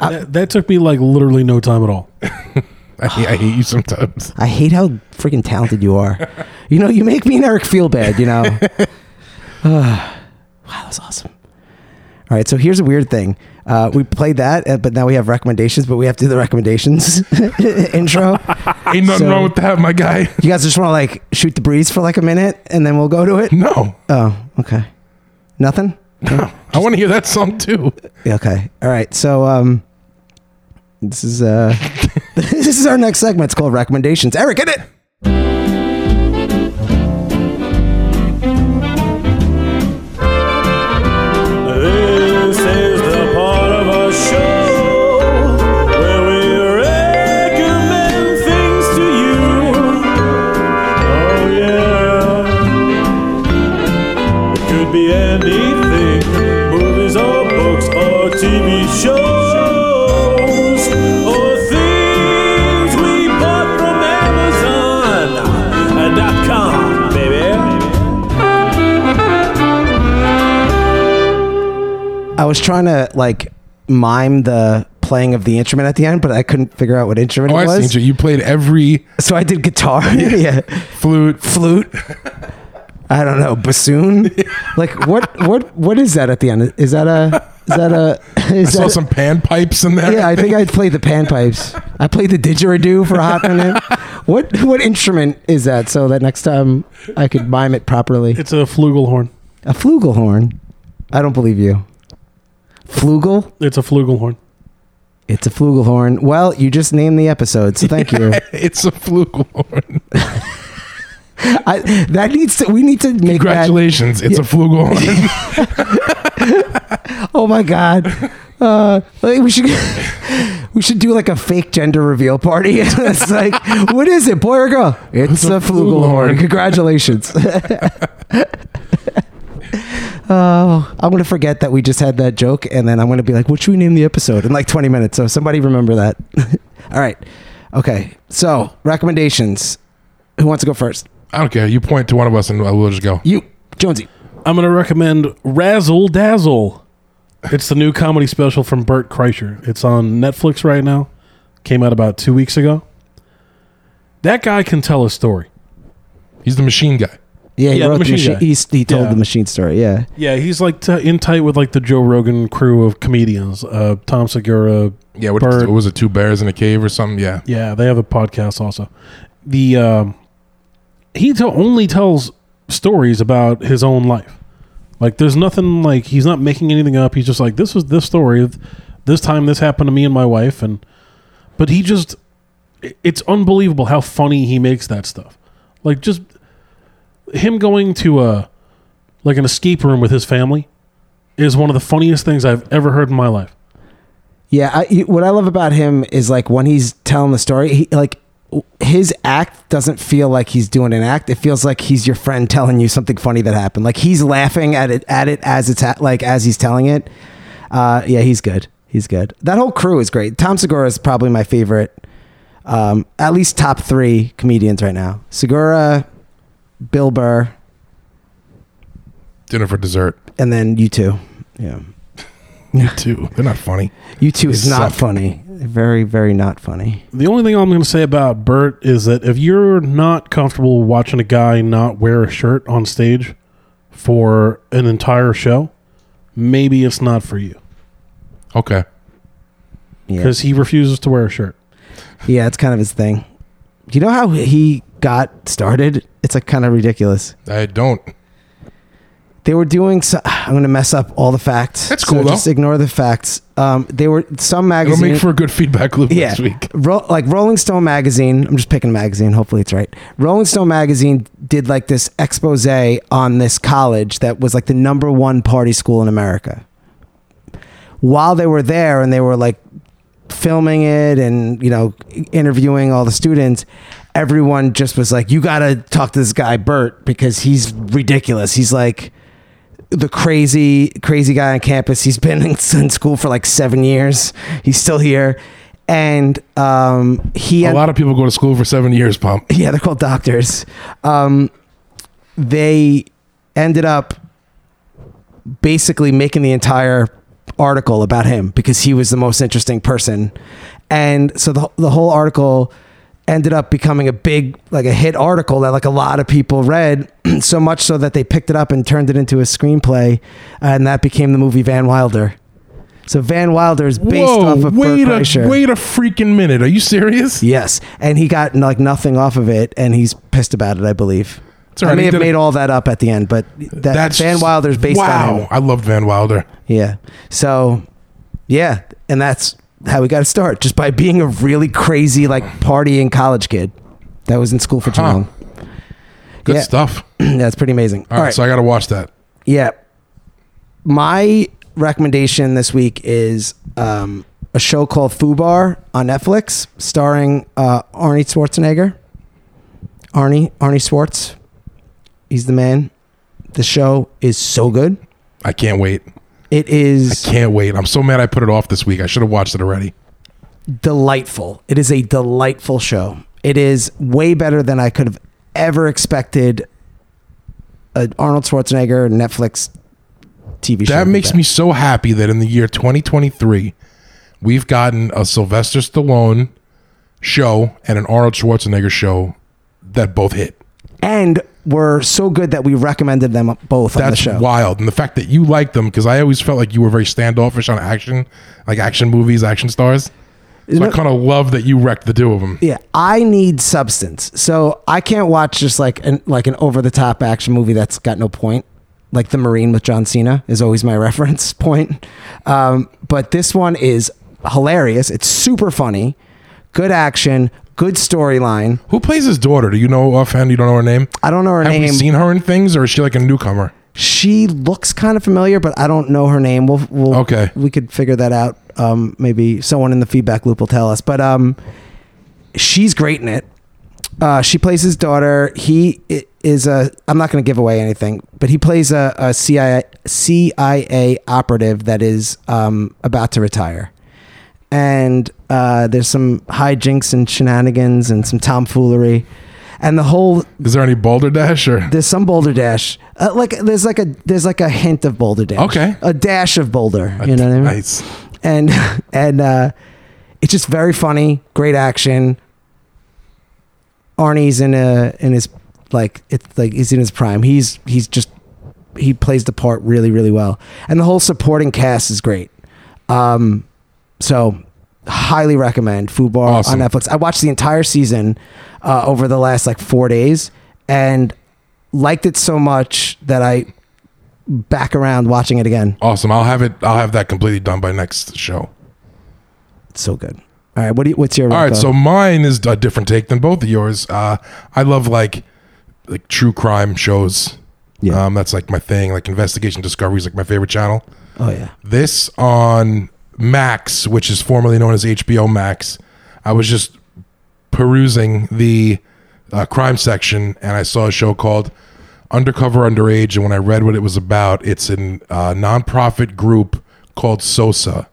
[SPEAKER 5] That, that took me like literally no time at all.
[SPEAKER 4] I, I hate you sometimes.
[SPEAKER 3] I hate how freaking talented you are. You know, you make me and Eric feel bad. You know. Ah, wow, that was awesome. All right, so here's a weird thing. Uh, we played that, uh, but now we have recommendations. But we have to do the recommendations intro.
[SPEAKER 4] Ain't nothing
[SPEAKER 3] So-
[SPEAKER 4] wrong with that, my guy.
[SPEAKER 3] You guys just want to like shoot the breeze for like a minute, and then we'll go to it.
[SPEAKER 4] No,
[SPEAKER 3] Oh, okay. Nothing.
[SPEAKER 4] no. I want to hear that song too.
[SPEAKER 3] Yeah, Okay. All right. So um this is uh this is our next segment. It's called recommendations. Eric, get it.
[SPEAKER 7] This is the part of our show where we recommend things to you. Oh, yeah. It could be anything movies or books or TV shows or things we bought from Amazon and dot com, baby.
[SPEAKER 3] I was trying to like mime the playing of the instrument at the end, but I couldn't figure out what instrument
[SPEAKER 4] Oh,
[SPEAKER 3] it
[SPEAKER 4] I
[SPEAKER 3] was.
[SPEAKER 4] seen you. You played every
[SPEAKER 3] So I did guitar. yeah.
[SPEAKER 4] flute.
[SPEAKER 3] Flute. I don't know, bassoon. like what what what is that at the end? Is that a is that a is
[SPEAKER 4] I saw
[SPEAKER 3] that
[SPEAKER 4] some panpipes in there.
[SPEAKER 3] yeah, I think I played the panpipes. I played the didgeridoo for a hot minute. What what instrument is that? So that next time I could mime it properly.
[SPEAKER 5] It's a flugelhorn.
[SPEAKER 3] A flugelhorn? I don't believe you. Flugel?
[SPEAKER 5] It's a flugelhorn.
[SPEAKER 3] It's a flugelhorn. Well, you just named the episode, so thank you.
[SPEAKER 4] It's a flugelhorn.
[SPEAKER 3] I, that needs to. We need to make that.
[SPEAKER 4] Congratulations, it's a flugelhorn.
[SPEAKER 3] Oh my god. Uh, like, we should we should do like a fake gender reveal party. it's like, what is it, boy or girl? It's, a, flugelhorn.
[SPEAKER 4] flugelhorn.
[SPEAKER 3] Congratulations. Oh, I'm gonna forget that we just had that joke, and then I'm gonna be like, "What should we name the episode?" In like 20 minutes. So somebody remember that. All right. Okay. So recommendations. Who wants to go first?
[SPEAKER 4] I don't care. You point to one of us and we'll just go.
[SPEAKER 3] You, Jonesy.
[SPEAKER 5] I'm going to recommend Razzle Dazzle. It's the new comedy special from Burt Kreischer. It's on Netflix right now. Came out about two weeks ago. That guy can tell a story.
[SPEAKER 4] He's the machine guy.
[SPEAKER 3] Yeah, he
[SPEAKER 5] Yeah, the
[SPEAKER 3] wrote the
[SPEAKER 5] machine
[SPEAKER 3] machine.
[SPEAKER 5] guy.
[SPEAKER 3] He, he told
[SPEAKER 5] Yeah.
[SPEAKER 3] the machine story. Yeah.
[SPEAKER 5] Yeah, he's like t- in tight with like the Joe Rogan crew of comedians. Uh, Tom Segura.
[SPEAKER 4] Yeah, what,
[SPEAKER 5] Bird.
[SPEAKER 4] what was it? Two bears in a cave or something? Yeah.
[SPEAKER 5] Yeah, they have a podcast also. The um, he to- only tells stories about his own life. Like there's nothing like he's not making anything up. He's just like this was this story. This time this happened to me and my wife and but he just it- it's unbelievable how funny he makes that stuff. Like just him going to a like an escape room with his family is one of the funniest things I've ever heard in my life.
[SPEAKER 3] Yeah, I, you- what I love about him is like when he's telling the story, he like w- his act doesn't feel like he's doing an act. It feels like he's your friend telling you something funny that happened. Like he's laughing at it at it as it's ha- like as he's telling it. Uh, yeah, he's good. He's good. That whole crew is great. Tom Segura is probably my favorite, um, at least top three comedians right now. Segura, Bill Burr,
[SPEAKER 4] Dinner for dessert.
[SPEAKER 3] and then you two. Yeah.
[SPEAKER 4] You too. They're not funny.
[SPEAKER 3] You two is not
[SPEAKER 4] suck.
[SPEAKER 3] funny. Very, very not funny.
[SPEAKER 5] The only thing I'm going to say about Bert is that if you're not comfortable watching a guy not wear a shirt on stage for an entire show, maybe it's not for you
[SPEAKER 4] Okay.
[SPEAKER 3] Yeah.
[SPEAKER 5] because he refuses to wear a shirt.
[SPEAKER 3] Yeah, it's kind of his thing. You know how he got started? It's like kind of ridiculous.
[SPEAKER 4] I don't.
[SPEAKER 3] They were doing. So, I'm going to mess up all the facts.
[SPEAKER 4] That's
[SPEAKER 3] so
[SPEAKER 4] cool, though.
[SPEAKER 3] Just ignore the facts. Um, they were some
[SPEAKER 4] It'll
[SPEAKER 3] magazine.
[SPEAKER 4] make for a good feedback loop next week.
[SPEAKER 3] Ro- like Rolling Stone magazine. I'm just picking a magazine. Hopefully it's right. Rolling Stone magazine did like this expose on this college that was like the number one party school in America. While they were there, and they were like filming it and you know interviewing all the students everyone just was like you gotta talk to this guy bert because he's ridiculous he's like the crazy crazy guy on campus he's been in, in school for like seven years he's still here and um he
[SPEAKER 4] A lot of people go to school for seven years, Pump.
[SPEAKER 3] yeah, they're called doctors. Um, they ended up basically making the entire article about him because he was the most interesting person. And so the, the whole article ended up becoming a big, like a hit article that like a lot of people read so much so that they picked it up and turned it into a screenplay. And that became the movie Van Wilder. So Van Wilder is based off of
[SPEAKER 4] wait
[SPEAKER 3] Bert
[SPEAKER 4] a
[SPEAKER 3] Kreischer.
[SPEAKER 4] wait a freaking minute! Are you serious?
[SPEAKER 3] Yes, and he got like nothing off of it, and he's pissed about it, I believe.
[SPEAKER 4] It's all
[SPEAKER 3] I
[SPEAKER 4] right,
[SPEAKER 3] may
[SPEAKER 4] he
[SPEAKER 3] have
[SPEAKER 4] did
[SPEAKER 3] made
[SPEAKER 4] it.
[SPEAKER 3] all that up at the end, but that Van Wilder's based
[SPEAKER 4] wow,
[SPEAKER 3] on him.
[SPEAKER 4] I love Van Wilder.
[SPEAKER 3] Yeah. So, yeah, and that's how we got to start, just by being a really crazy like partying college kid that was in school for too
[SPEAKER 4] Huh.
[SPEAKER 3] long.
[SPEAKER 4] Good
[SPEAKER 3] Yeah.
[SPEAKER 4] stuff.
[SPEAKER 3] that's pretty amazing.
[SPEAKER 4] All right, so I got to watch that.
[SPEAKER 3] Yeah. My recommendation this week is um, a show called Fubar on Netflix, starring uh, Arnie Schwarzenegger. Arnie, Arnie Schwartz. He's the man. The show is so good.
[SPEAKER 4] I can't wait.
[SPEAKER 3] It is
[SPEAKER 4] Can't wait. I'm so mad I put it off this week. I should have watched it already.
[SPEAKER 3] delightful. It is a delightful show. It is way better than I could have ever expected. An Arnold Schwarzenegger Netflix TV show.
[SPEAKER 4] That
[SPEAKER 3] be
[SPEAKER 4] makes
[SPEAKER 3] better.
[SPEAKER 4] me so happy that in the year 2023, we've gotten a Sylvester Stallone show and an Arnold Schwarzenegger show that both hit.
[SPEAKER 3] and were so good that we recommended them both on the
[SPEAKER 4] That's
[SPEAKER 3] show.
[SPEAKER 4] wild. And the fact that you like them, because I always felt like you were very standoffish on action, like action movies, action stars. So I
[SPEAKER 3] it-
[SPEAKER 4] kind of love that you wrecked the two of them.
[SPEAKER 3] Yeah, I need substance, so I can't watch just like an like an over the top action movie that's got no point. Like the Marine with John Cena is always my reference point, um, but this one is hilarious. It's super funny, good action, good storyline.
[SPEAKER 4] Who plays his daughter? Do you know offhand? You don't know her name?
[SPEAKER 3] I don't know her
[SPEAKER 4] Have we
[SPEAKER 3] name.
[SPEAKER 4] seen her in things, or is she like a newcomer?
[SPEAKER 3] she looks kind of familiar, but I don't know her name. We'll, we'll
[SPEAKER 4] Okay.
[SPEAKER 3] We could figure that out. Um, maybe someone in the feedback loop will tell us. But um, she's great in it. Uh, she plays his daughter. He i- is a. I'm not going to give away anything, but he plays a, a CIA CIA operative that is um, about to retire. And uh, there's some hijinks and shenanigans and some tomfoolery, and the whole
[SPEAKER 4] Is there any balderdash or?
[SPEAKER 3] there's some Boulder Dash. Uh, like there's like a there's like a hint of Boulder Dash.
[SPEAKER 4] Okay.
[SPEAKER 3] A dash of Boulder. You know what I mean?
[SPEAKER 4] Nice.
[SPEAKER 3] And and uh, it's just very funny, great action. Arnie's in a in his like it's like he's in his prime. He's he's just he plays the part really really well, and the whole supporting cast is great. Um, so highly recommend Fubar
[SPEAKER 4] Awesome.
[SPEAKER 3] on Netflix. I watched the entire season uh, over the last like four days and liked it so much that I back around watching it again.
[SPEAKER 4] Awesome. I'll have it. I'll have that completely done by next show.
[SPEAKER 3] It's so good. All right, what do you, what's your
[SPEAKER 4] All right,
[SPEAKER 3] Rocco?
[SPEAKER 4] so mine is a different take than both of yours. Uh, I love like like true crime shows.
[SPEAKER 3] Yeah.
[SPEAKER 4] Um, that's like my thing. Like Investigation Discovery is like my favorite channel.
[SPEAKER 3] oh yeah,
[SPEAKER 4] This on Max, which is formerly known as HBO Max. I was just perusing the uh, crime section and I saw a show called Undercover Underage. And when I read what it was about, it's a uh, nonprofit group called SOSA,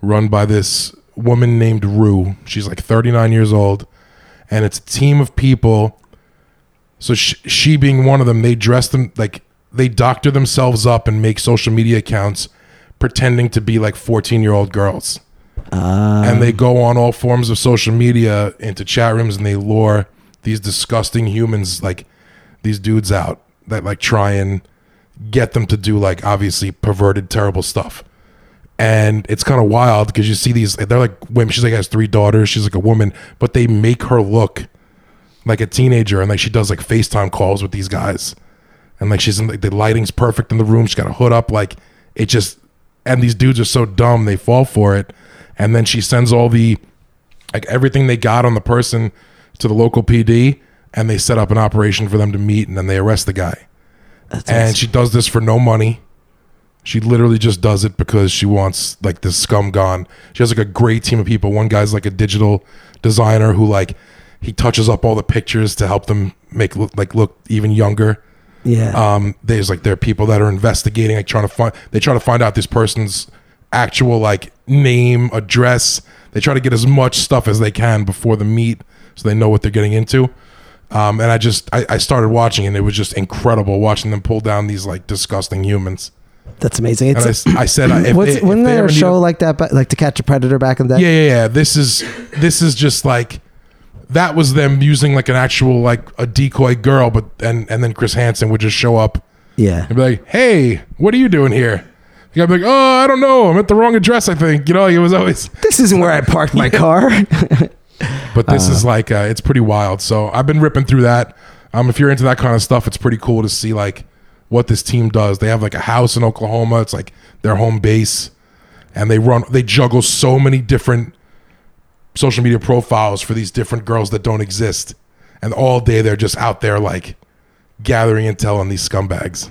[SPEAKER 4] run by this woman named Rue. She's like 39 years old. And it's a team of people. So she, she being one of them, they dress them like they doctor themselves up and make social media accounts pretending to be like 14 year old girls and they go on all forms of social media into chat rooms and they lure these disgusting humans like these dudes out that like try and get them to do like obviously perverted terrible stuff and it's kind of wild because you see these they're like women she's like has three daughters she's like a woman but they make her look like a teenager and like she does like facetime calls with these guys and like she's in like the lighting's perfect in the room she's got a hood up like it just and these dudes are so dumb they fall for it and then she sends all the like everything they got on the person to the local pd and they set up an operation for them to meet and then they arrest the guy and she does this for no money She literally just does it because she wants like this scum gone. She has like a great team of people. One guy's like a digital designer who like he touches up all the pictures to help them make look, like look even younger.
[SPEAKER 3] Yeah.
[SPEAKER 4] Um, there's like there are people that are investigating, like trying to find they try to find out this person's actual like name, address. They try to get as much stuff as they can before the meet, so they know what they're getting into. Um, and I just I, I started watching, and it was just incredible watching them pull down these like disgusting humans.
[SPEAKER 3] That's amazing.
[SPEAKER 4] And I,
[SPEAKER 3] It's
[SPEAKER 4] s- I said, if,
[SPEAKER 3] what's,
[SPEAKER 4] if
[SPEAKER 3] wasn't
[SPEAKER 4] they
[SPEAKER 3] there
[SPEAKER 4] ever
[SPEAKER 3] a
[SPEAKER 4] need
[SPEAKER 3] show like that, but like to catch a predator back in the day?
[SPEAKER 4] yeah, yeah, yeah. This is this is just like that was them using like an actual like a decoy girl, but and and then Chris Hansen would just show up
[SPEAKER 3] Yeah.
[SPEAKER 4] and be like, "Hey, what are you doing here?" You gotta be like, "Oh, I don't know. I'm at the wrong address. I think." You know, it was always.
[SPEAKER 3] This isn't where I parked my car.
[SPEAKER 4] But this is like uh, it's pretty wild. So I've been ripping through that. Um, if you're into that kind of stuff, it's pretty cool to see like what this team does. They have like a house in Oklahoma. It's like their home base, and they run. They juggle so many different social media profiles for these different girls that don't exist, and all day they're just out there like gathering intel on these scumbags.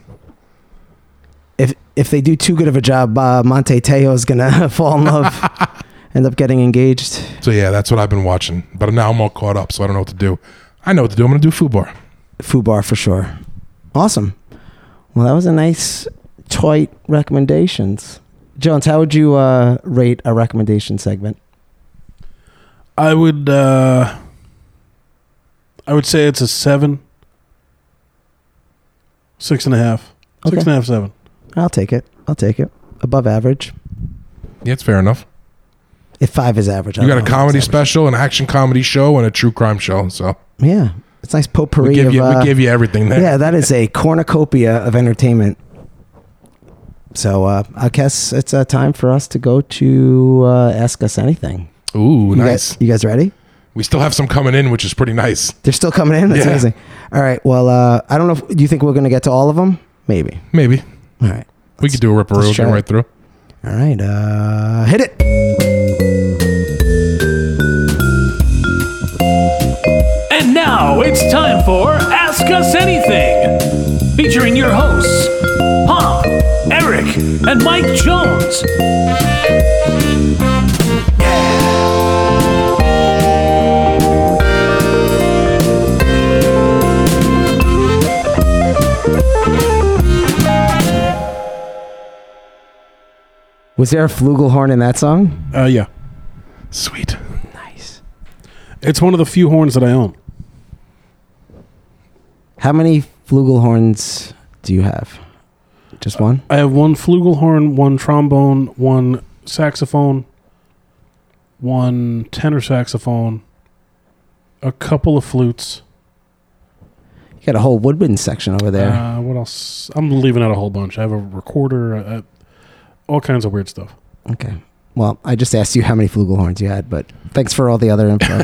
[SPEAKER 3] if if they do too good of a job, uh, Monte Teo's gonna fall in love, end up getting engaged.
[SPEAKER 4] So yeah, that's what I've been watching. But now I'm all caught up, so I don't know what to do. I know what to do. I'm gonna do food bar.
[SPEAKER 3] Fubar for sure. Awesome. Well, that was a nice tight recommendations. Jones, how would you uh, rate a recommendation segment?
[SPEAKER 5] I would uh I would say it's a seven. Six and a half.
[SPEAKER 3] Okay.
[SPEAKER 5] Six and a half, seven.
[SPEAKER 3] I'll take it. I'll take it. Above average.
[SPEAKER 4] Yeah, it's fair enough.
[SPEAKER 3] If five is average, I
[SPEAKER 4] You
[SPEAKER 3] don't
[SPEAKER 4] got a
[SPEAKER 3] know if
[SPEAKER 4] comedy
[SPEAKER 3] it's average.
[SPEAKER 4] special, an action comedy show, and a true crime show. So
[SPEAKER 3] Yeah, it's nice potpourri.
[SPEAKER 4] we give
[SPEAKER 3] of,
[SPEAKER 4] you
[SPEAKER 3] uh,
[SPEAKER 4] we give you everything there.
[SPEAKER 3] yeah, that is a cornucopia of entertainment. So uh, I guess it's uh, time for us to go to uh, ask us anything.
[SPEAKER 4] Ooh,
[SPEAKER 3] You
[SPEAKER 4] nice.
[SPEAKER 3] guys, you guys ready?
[SPEAKER 4] we still have some coming in, which is pretty nice.
[SPEAKER 3] They're still coming in. That's
[SPEAKER 4] Yeah.
[SPEAKER 3] amazing. All right. Well, uh, I don't know. If, do you think we're going to get to all of them? Maybe.
[SPEAKER 4] Maybe
[SPEAKER 3] All right.
[SPEAKER 4] we could do a ripper
[SPEAKER 3] let's try
[SPEAKER 4] rogan
[SPEAKER 3] it.
[SPEAKER 4] right through.
[SPEAKER 3] All right. Uh, hit it.
[SPEAKER 6] And now it's time for Ask Us Anything, featuring your hosts, Pom, Eric, and Mike Jones.
[SPEAKER 3] Was there a flugelhorn in that song?
[SPEAKER 5] Uh yeah.
[SPEAKER 4] Sweet.
[SPEAKER 3] Nice.
[SPEAKER 5] It's one of the few horns that I own.
[SPEAKER 3] How many flugelhorns do you have? Just one.
[SPEAKER 5] I have one flugelhorn, one trombone, one saxophone, one tenor saxophone, a couple of flutes.
[SPEAKER 3] You got a whole woodwind section over there.
[SPEAKER 5] Uh, what else? I'm leaving out a whole bunch. I have a recorder, uh, all kinds of weird stuff.
[SPEAKER 3] okay. Well, I just asked you how many flugelhorns you had, but thanks for all the other info.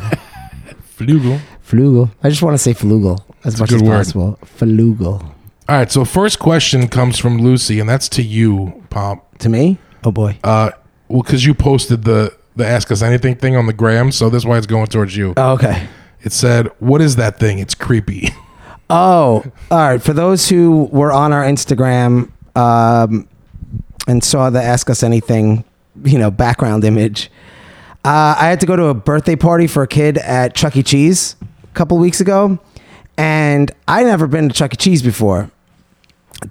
[SPEAKER 4] Flugel.
[SPEAKER 3] flugel. I just want to say flugel as much
[SPEAKER 4] good
[SPEAKER 3] as
[SPEAKER 4] word.
[SPEAKER 3] possible. Flugel.
[SPEAKER 4] All right. So first question comes from Lucy, and that's to you, Pomp.
[SPEAKER 3] To me? Oh boy.
[SPEAKER 4] Uh, well, because you posted the the ask us anything thing on the gram, so that's why it's going towards you.
[SPEAKER 3] oh, okay.
[SPEAKER 4] It said, "What is that thing? It's creepy."
[SPEAKER 3] Oh, all right. For those who were on our Instagram um, and saw the Ask Us Anything, you know, background image, uh, I had to go to a birthday party for a kid at Chuck E. Cheese a couple weeks ago, and I never been to Chuck E. Cheese before.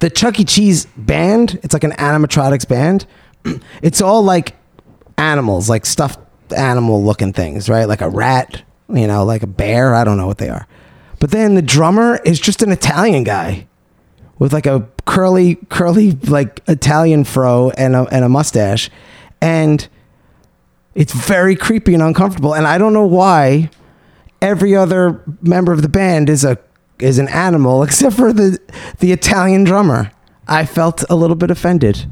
[SPEAKER 3] The Chuck E. Cheese band, it's like an animatronics band. It's all like animals, like stuffed animal looking things, right? Like a rat, you know, like a bear. I don't know what they are. But then the drummer is just an Italian guy with like a curly, curly, like Italian fro and a, and a mustache. And it's very creepy and uncomfortable. And I don't know why every other member of the band is a is an animal except for the the Italian drummer. I felt a little bit offended.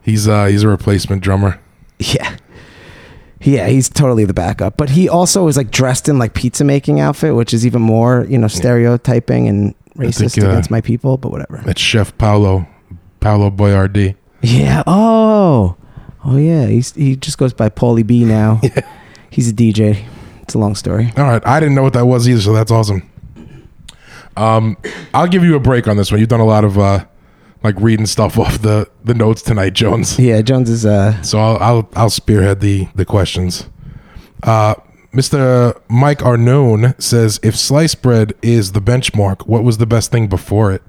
[SPEAKER 4] He's uh he's a replacement drummer.
[SPEAKER 3] Yeah. Yeah, he's totally the backup. But he also is like dressed in like pizza making outfit, which is even more, you know, stereotyping and racist
[SPEAKER 4] think, uh,
[SPEAKER 3] against my people, but whatever.
[SPEAKER 4] That's Chef Paolo Paolo Boyardi.
[SPEAKER 3] Yeah. Oh. Oh yeah. He's he just goes by Paulie B now. He's a DJ. It's a long story.
[SPEAKER 4] All right, I didn't know what that was either, so that's awesome. Um, I'll give you a break on this one. You've done a lot of uh, like reading stuff off the the notes tonight, Jones.
[SPEAKER 3] Yeah, Jones is uh
[SPEAKER 4] So I'll I'll, I'll spearhead the the questions. Uh, Mr. Mike Arnone says, if sliced bread is the benchmark, what was the best thing before it?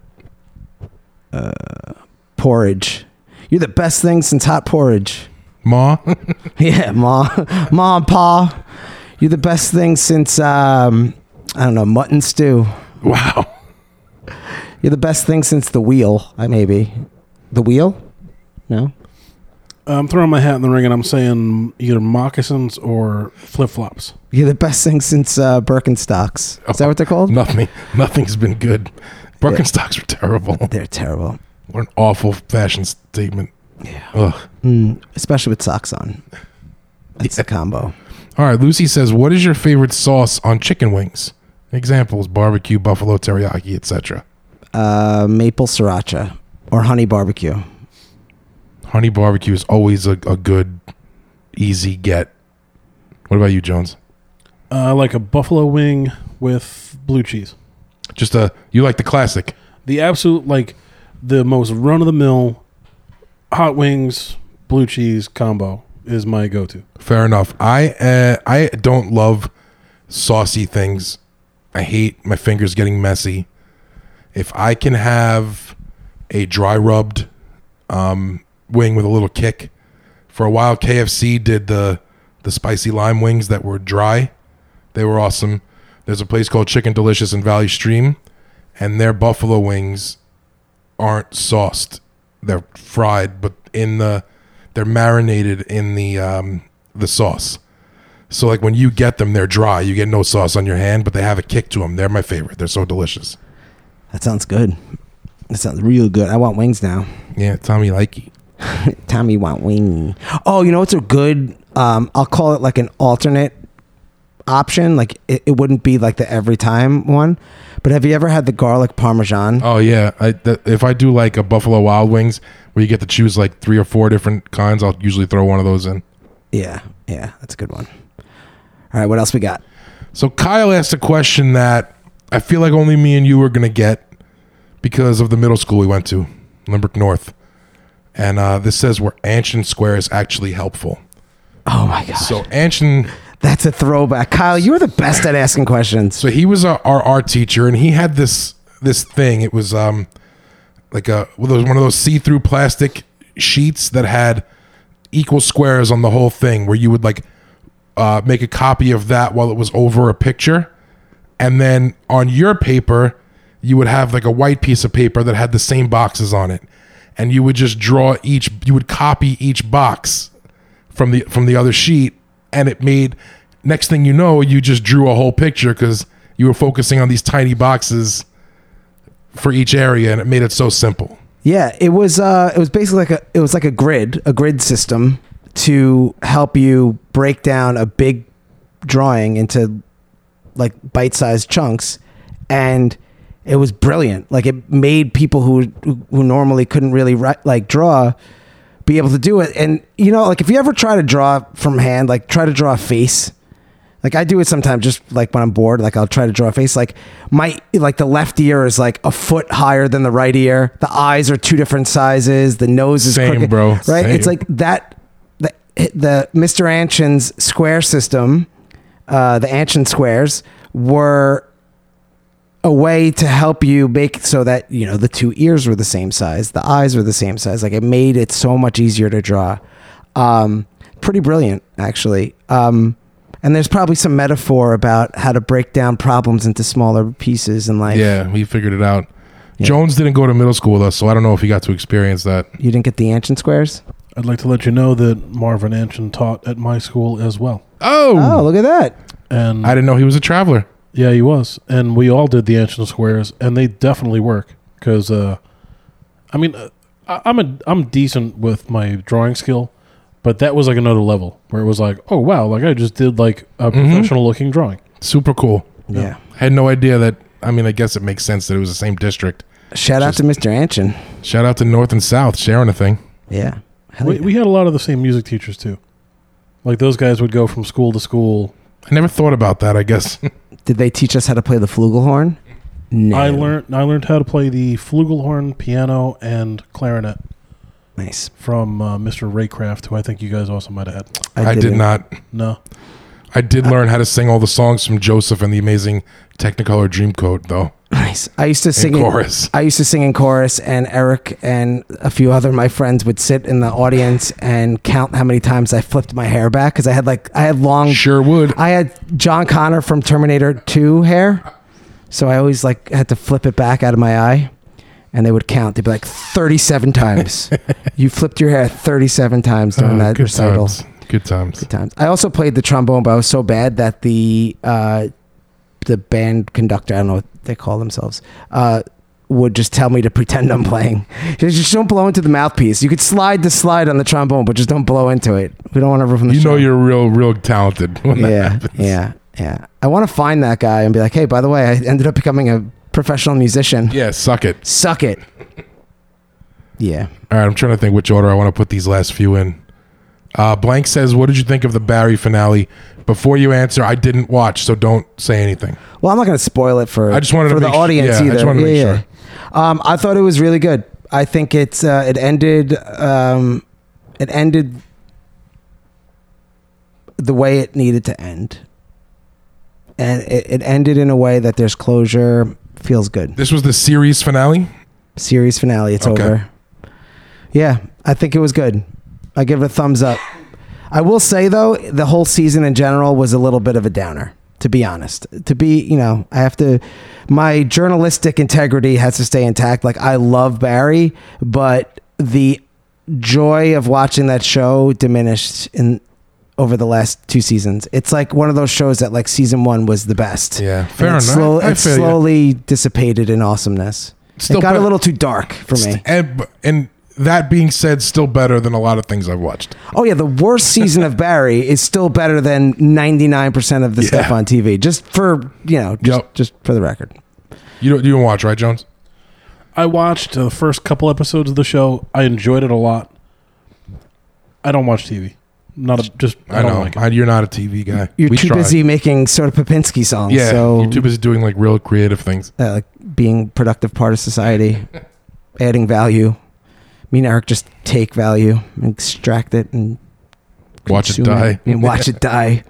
[SPEAKER 3] porridge. You're the best thing since hot porridge.
[SPEAKER 4] Ma,
[SPEAKER 3] Yeah, ma, ma and pa. You're the best thing since um I don't know mutton stew.
[SPEAKER 4] wow,
[SPEAKER 3] You're the best thing since the wheel. I maybe the wheel. No,
[SPEAKER 5] I'm throwing my hat in the ring and I'm saying either moccasins or flip flops.
[SPEAKER 3] you're the best thing since uh, Birkenstocks. Is that what they're called?
[SPEAKER 4] nothing nothing's been good. Birkenstocks were terrible.
[SPEAKER 3] They're terrible,
[SPEAKER 4] What an awful fashion statement. Yeah. Ugh.
[SPEAKER 3] especially with socks on. That's a combo.
[SPEAKER 4] All right. Lucy says, "What is your favorite sauce on chicken wings?" Examples: barbecue, buffalo teriyaki, etc.
[SPEAKER 3] Uh, maple sriracha or honey barbecue.
[SPEAKER 4] Honey barbecue is always a, a good, easy get. What about you, Jones?
[SPEAKER 5] Uh, like a buffalo wing with blue cheese.
[SPEAKER 4] Just a you like the classic.
[SPEAKER 5] The absolute, like, the most run of the mill hot wings, blue cheese combo is my go to.
[SPEAKER 4] Fair enough. I uh, I don't love saucy things. I hate my fingers getting messy. If I can have a dry rubbed um, wing with a little kick, for a while KFC did the the spicy lime wings that were dry. They were awesome. There's a place called Chicken Delicious in Valley Stream, and their buffalo wings aren't sauced. They're fried, but in the they're marinated in the um, the sauce. So like when you get them, they're dry. You get no sauce on your hand, but they have a kick to them. They're my favorite. They're so delicious.
[SPEAKER 3] That sounds good. That sounds real good. I want wings now.
[SPEAKER 4] Yeah, Tommy likey.
[SPEAKER 3] Tommy want wing. Oh, you know it's a good. Um, I'll call it like an alternate option. Like it, it wouldn't be like the every time one. But have you ever had the garlic parmesan?
[SPEAKER 4] Oh yeah, I, th- if I do like a Buffalo Wild Wings where you get to choose like three or four different kinds, I'll usually throw one of those in.
[SPEAKER 3] Yeah, yeah, that's a good one. All right, what else we got?
[SPEAKER 4] So Kyle asked a question that I feel like only me and you are gonna get because of the middle school we went to, Limerick North, and uh, this says where Anshin Square is actually helpful.
[SPEAKER 3] Oh my god,
[SPEAKER 4] So Anshin
[SPEAKER 3] that's a throwback. Kyle, you were the best at asking questions.
[SPEAKER 4] so he was our, our art teacher and he had this this thing it was um like a one of those- one of those see-through plastic sheets that had equal squares on the whole thing where you would like uh, make a copy of that while it was over a picture and then on your paper you would have like a white piece of paper that had the same boxes on it and you would just draw each you would copy each box from the from the other sheet and it made next thing you know you just drew a whole picture because you were focusing on these tiny boxes for each area and it made it so simple
[SPEAKER 3] Yeah, it was. Uh, it was basically like a. It was like a grid, a grid system to help you break down a big drawing into like bite-sized chunks, and it was brilliant. Like it made people who who normally couldn't really write, like draw be able to do it. And you know, like if you ever try to draw from hand, like try to draw a face. Like I do it sometimes, just like when I'm bored. Like I'll try to draw a face. Like my like the left ear is like a foot higher than the right ear. The eyes are two different sizes. The nose is
[SPEAKER 4] Same,
[SPEAKER 3] crooked,
[SPEAKER 4] bro.
[SPEAKER 3] Right? It's
[SPEAKER 4] Same.
[SPEAKER 3] like that. The the Mr. Anshin's square system, uh, the Anshin squares were a way to help you make so that you know the two ears were the same size, the eyes were the same size. Like it made it so much easier to draw. Um, pretty brilliant, actually. Um, and there's probably some metaphor about how to break down problems into smaller pieces in life.
[SPEAKER 4] yeah we figured it out jones didn't go to middle school with us so i don't know if he got to experience that
[SPEAKER 3] You didn't get the ancient squares.
[SPEAKER 5] I'd like to let you know that Marvin Anshin taught at my school as well.
[SPEAKER 4] oh,
[SPEAKER 3] Oh, look at that!
[SPEAKER 5] And
[SPEAKER 4] i didn't know he was a traveler
[SPEAKER 5] Yeah, he was, and we all did the Anshin squares, and they definitely work. Because, uh, I mean, uh, I- I'm a I'm decent with my drawing skill, but that was like another level where it was like, oh wow, like I just did like a professional looking drawing.
[SPEAKER 4] super cool
[SPEAKER 3] Yeah.
[SPEAKER 4] had no idea that i mean i guess it makes sense that it was the same district
[SPEAKER 3] Shout out to Mr. Anchin.
[SPEAKER 4] shout out to north and south sharing a thing
[SPEAKER 3] Yeah. Hell
[SPEAKER 5] We,
[SPEAKER 3] yeah.
[SPEAKER 5] we had a lot of the same music teachers too. Like those guys would go from school to school.
[SPEAKER 4] i never thought about that i guess
[SPEAKER 3] Did they teach us how to play the flugelhorn? No.
[SPEAKER 5] I learned I learned how to play the flugelhorn, piano, and clarinet
[SPEAKER 3] Nice.
[SPEAKER 5] from uh, Mr. Raycraft, who I think you guys also might have had.
[SPEAKER 4] I, did
[SPEAKER 3] didn't.
[SPEAKER 4] not.
[SPEAKER 5] No,
[SPEAKER 4] I did learn how to sing all the songs from Joseph and the amazing Technicolor Dreamcoat, though.
[SPEAKER 3] Nice. I used to sing in
[SPEAKER 4] chorus.
[SPEAKER 3] I used to sing in chorus, and Eric and a few other my friends would sit in the audience and count how many times I flipped my hair back because I had like I had long.
[SPEAKER 4] Sure would.
[SPEAKER 3] I had John Connor from Terminator Two hair, so I always like had to flip it back out of my eye, and they would count. They'd be like thirty-seven times. you flipped your hair thirty-seven times during
[SPEAKER 4] Uh,
[SPEAKER 3] that recital.
[SPEAKER 4] times. Good times.
[SPEAKER 3] times. I also played the trombone, but I was so bad that the uh, the band conductor, I don't know what they call themselves, uh, would just tell me to pretend I'm playing. Just, just don't blow into the mouthpiece. You could slide the slide on the trombone, but just don't blow into it. We don't want to ruin the
[SPEAKER 4] You
[SPEAKER 3] show.
[SPEAKER 4] know you're real, real talented when that
[SPEAKER 3] yeah,
[SPEAKER 4] happens.
[SPEAKER 3] yeah, yeah. I want to find that guy and be like, hey, by the way, I ended up becoming a professional musician.
[SPEAKER 4] Yeah, suck it.
[SPEAKER 3] Suck it. Yeah.
[SPEAKER 4] All right, I'm trying to think which order I want to put these last few in. Uh, Blank says, "What did you think of the Barry finale?" Before you answer, I didn't watch, so don't say anything.
[SPEAKER 3] Well, I'm not going to spoil it for
[SPEAKER 4] I just wanted
[SPEAKER 3] for
[SPEAKER 4] to
[SPEAKER 3] the
[SPEAKER 4] make su-
[SPEAKER 3] audience
[SPEAKER 4] yeah, I
[SPEAKER 3] either.
[SPEAKER 4] just wanted to make sure.
[SPEAKER 3] Um, I thought it was really good. I think it's uh, it ended um, it ended the way it needed to end, and it, it ended in a way that there's closure. Feels good.
[SPEAKER 4] This was the series finale.
[SPEAKER 3] Series finale. It's
[SPEAKER 4] Okay.
[SPEAKER 3] over. Yeah, I think it was good. I give it a thumbs up. I will say though, the whole season in general was a little bit of a downer, to be honest. To be, you know, I have to my journalistic integrity has to stay intact. Like I love Barry, but the joy of watching that show diminished in over the last two seasons. It's like one of those shows that like season 1 was the best.
[SPEAKER 4] Yeah,
[SPEAKER 3] And
[SPEAKER 4] fair
[SPEAKER 3] it
[SPEAKER 4] enough.
[SPEAKER 3] slow-
[SPEAKER 4] I
[SPEAKER 3] it
[SPEAKER 4] feel ya.
[SPEAKER 3] slowly dissipated in awesomeness.
[SPEAKER 4] Still
[SPEAKER 3] it got a
[SPEAKER 4] put-
[SPEAKER 3] little too dark for me.
[SPEAKER 4] And, and that being said, still better than a lot of things I've watched.
[SPEAKER 3] Oh yeah, the worst season of Barry is still better than ninety nine percent of the
[SPEAKER 4] Yeah.
[SPEAKER 3] stuff on TV. Just for you know, just,
[SPEAKER 4] Yep.
[SPEAKER 3] just for the record.
[SPEAKER 4] You don't, you don't watch, right, Jones?
[SPEAKER 5] I watched uh, the first couple episodes of the show. I enjoyed it a lot. I don't watch TV. Not a, just I,
[SPEAKER 4] I,
[SPEAKER 5] don't
[SPEAKER 4] know
[SPEAKER 5] like it.
[SPEAKER 4] I- you're not a TV guy.
[SPEAKER 3] You're
[SPEAKER 4] We
[SPEAKER 3] too
[SPEAKER 4] tried.
[SPEAKER 3] busy making sort of Popinski songs.
[SPEAKER 4] Yeah,
[SPEAKER 3] so
[SPEAKER 4] you're too busy doing like real creative things.
[SPEAKER 3] uh, like being productive part of society, adding value. Me and Eric just take value, and extract it, and
[SPEAKER 4] Watch it
[SPEAKER 3] consume
[SPEAKER 4] die.
[SPEAKER 3] and watch it die.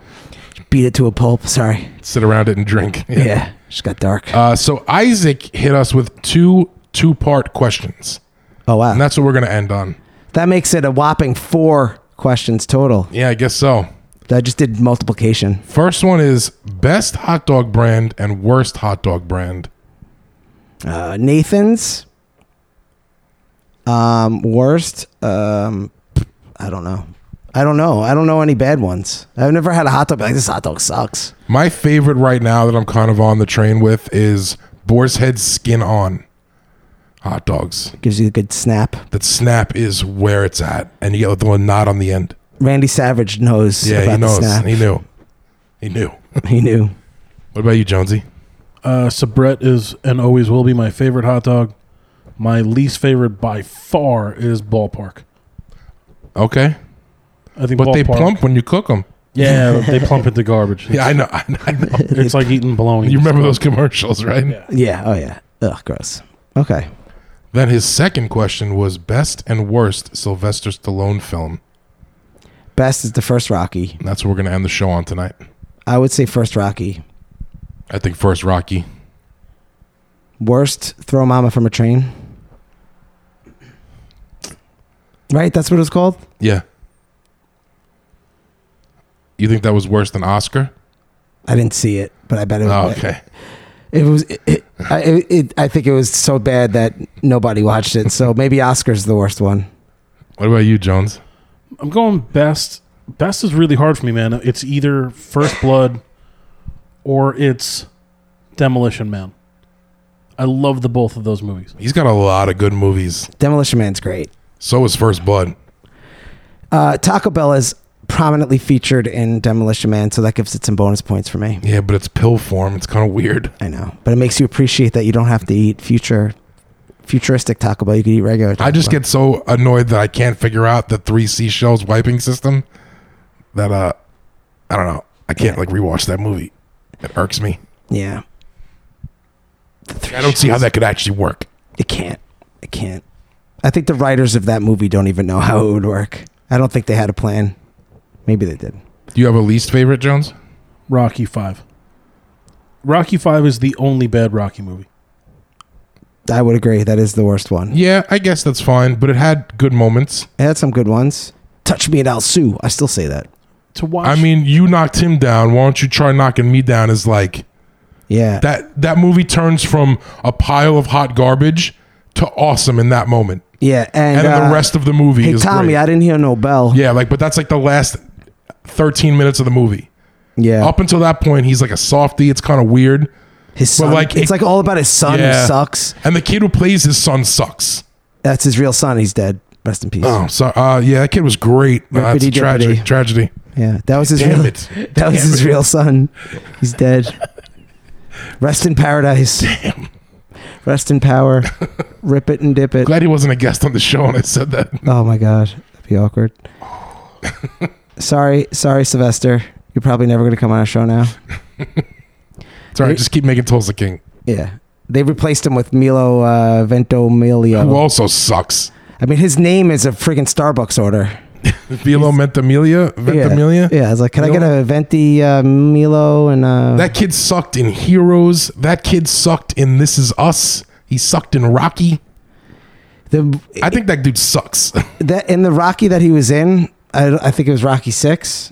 [SPEAKER 3] Beat it to a pulp. Sorry.
[SPEAKER 4] Sit around it and drink.
[SPEAKER 3] Yeah, just got dark.
[SPEAKER 4] Uh, so Isaac hit us with two two part questions,
[SPEAKER 3] oh wow,
[SPEAKER 4] and that's what we're gonna end on.
[SPEAKER 3] that makes it a whopping four questions total.
[SPEAKER 4] Yeah, I guess so.
[SPEAKER 3] I just did multiplication.
[SPEAKER 4] First one is best hot dog brand and worst hot dog brand.
[SPEAKER 3] uh, Nathan's. Um, worst. Um, I don't know. I don't know. I don't know any bad ones. I've never had a hot dog. be Like this hot dog sucks.
[SPEAKER 4] My favorite right now that I'm kind of on the train with is Boar's Head Skin On hot dogs.
[SPEAKER 3] Gives you a good snap.
[SPEAKER 4] That snap is where it's at, and you get the one knot on the end.
[SPEAKER 3] Randy Savage knows
[SPEAKER 4] Yeah,
[SPEAKER 3] about
[SPEAKER 4] he knows.
[SPEAKER 3] the snap.
[SPEAKER 4] He knew. He knew.
[SPEAKER 3] He knew.
[SPEAKER 4] what about you, Jonesy?
[SPEAKER 5] Uh, Sabrette is and always will be my favorite hot dog. My least favorite by far is Ballpark.
[SPEAKER 4] Okay,
[SPEAKER 5] I think
[SPEAKER 4] but they
[SPEAKER 5] Ballpark-
[SPEAKER 4] plump when you cook them.
[SPEAKER 5] Yeah, they plump into garbage.
[SPEAKER 4] Yeah, I know. I know, I know.
[SPEAKER 5] It's like eating bologna.
[SPEAKER 4] You remember those commercials, right?
[SPEAKER 5] Yeah.
[SPEAKER 3] Yeah. Oh yeah. Ugh. Gross. Okay.
[SPEAKER 4] Then his second question was best and worst Sylvester Stallone film.
[SPEAKER 3] Best is the first Rocky.
[SPEAKER 4] And that's what we're gonna end the show on tonight.
[SPEAKER 3] I would say first Rocky.
[SPEAKER 4] I think first Rocky.
[SPEAKER 3] Worst throw mama from a train. Right. That's what it's called.
[SPEAKER 4] Yeah. You think that was worse than Oscar?
[SPEAKER 3] I didn't see it, but I bet it.
[SPEAKER 4] Oh,
[SPEAKER 3] Was,
[SPEAKER 4] okay.
[SPEAKER 3] It was. It, it, I, it, it, I think it was so bad that nobody watched it. So maybe Oscar's the worst one.
[SPEAKER 4] What about you, Jones?
[SPEAKER 5] I'm going best. Best is really hard for me, man. It's either First Blood or it's Demolition Man. I love the both of those movies.
[SPEAKER 4] He's got a lot of good movies.
[SPEAKER 3] Demolition Man's great.
[SPEAKER 4] So is First Blood.
[SPEAKER 3] Uh, Taco Bell is prominently featured in Demolition Man, so that gives it some bonus points for me.
[SPEAKER 4] Yeah, but it's pill form. It's kind of weird.
[SPEAKER 3] I know, but it makes you appreciate that you don't have to eat future, futuristic Taco Bell. You can eat regular. Taco
[SPEAKER 4] I just
[SPEAKER 3] Bell.
[SPEAKER 4] get so annoyed that I can't figure out the three seashells wiping system that uh I don't know. I can't like rewatch that movie. It irks me.
[SPEAKER 3] yeah. The three
[SPEAKER 4] I don't see how that could actually work.
[SPEAKER 3] It can't. It can't. I think the writers of that movie don't even know how it would work. I don't think they had a plan. Maybe they did.
[SPEAKER 4] Do you have a least favorite, Jones?
[SPEAKER 5] Rocky Five. Rocky Five is the only bad Rocky movie.
[SPEAKER 3] I would agree. That is the worst one.
[SPEAKER 4] Yeah, I guess that's fine, but it had good moments.
[SPEAKER 3] It had some good ones. Touch me and I'll sue. I still say that.
[SPEAKER 5] To watch,
[SPEAKER 4] I mean, you knocked him down. Why don't you try knocking me down? Is like
[SPEAKER 3] Yeah.
[SPEAKER 4] that that movie turns from a pile of hot garbage to awesome in that moment,
[SPEAKER 3] yeah. And,
[SPEAKER 4] and, then
[SPEAKER 3] uh,
[SPEAKER 4] the rest of the movie
[SPEAKER 3] Hey,
[SPEAKER 4] is
[SPEAKER 3] Tommy,
[SPEAKER 4] great.
[SPEAKER 3] I didn't hear no bell.
[SPEAKER 4] yeah, like, but that's like the last thirteen minutes of the movie.
[SPEAKER 3] Yeah.
[SPEAKER 4] Up until that point, he's like a softie. It's kind of weird,
[SPEAKER 3] his son.
[SPEAKER 4] like,
[SPEAKER 3] it's
[SPEAKER 4] it-
[SPEAKER 3] like all about his son
[SPEAKER 4] Yeah.
[SPEAKER 3] who sucks.
[SPEAKER 4] and the kid who plays his son sucks.
[SPEAKER 3] That's his real son. He's dead. Rest in peace.
[SPEAKER 4] Oh, so uh, yeah, that kid was great. Uh, it's a
[SPEAKER 3] Rippity
[SPEAKER 4] tragedy.
[SPEAKER 3] dippity.
[SPEAKER 4] Tragedy.
[SPEAKER 3] Yeah. That was his
[SPEAKER 4] Damn
[SPEAKER 3] real
[SPEAKER 4] it.
[SPEAKER 3] That was his real son. He's dead. Rest in paradise. Damn. Rest in power. Rip it and dip it.
[SPEAKER 4] Glad he wasn't a guest on the show, and I said that.
[SPEAKER 3] Oh my god, that'd be awkward. sorry, sorry, Sylvester. You're probably never going to come on our show now.
[SPEAKER 4] It's all right. Just keep making Tulsa King,
[SPEAKER 3] Yeah, they replaced him with Milo uh, Ventimiglia.
[SPEAKER 4] who also sucks.
[SPEAKER 3] I mean, his name is a friggin' Starbucks order.
[SPEAKER 4] Velo Mentamelia?
[SPEAKER 3] Yeah,
[SPEAKER 4] Ventamelia?
[SPEAKER 3] Yeah, it's like, can I
[SPEAKER 4] Milo?
[SPEAKER 3] get a Venti uh, Milo and uh,
[SPEAKER 4] That kid sucked in Heroes. That kid sucked in This Is Us. He sucked in Rocky.
[SPEAKER 3] the
[SPEAKER 4] I think that dude sucks.
[SPEAKER 3] that in the Rocky that he was in? I, I think it was Rocky Six,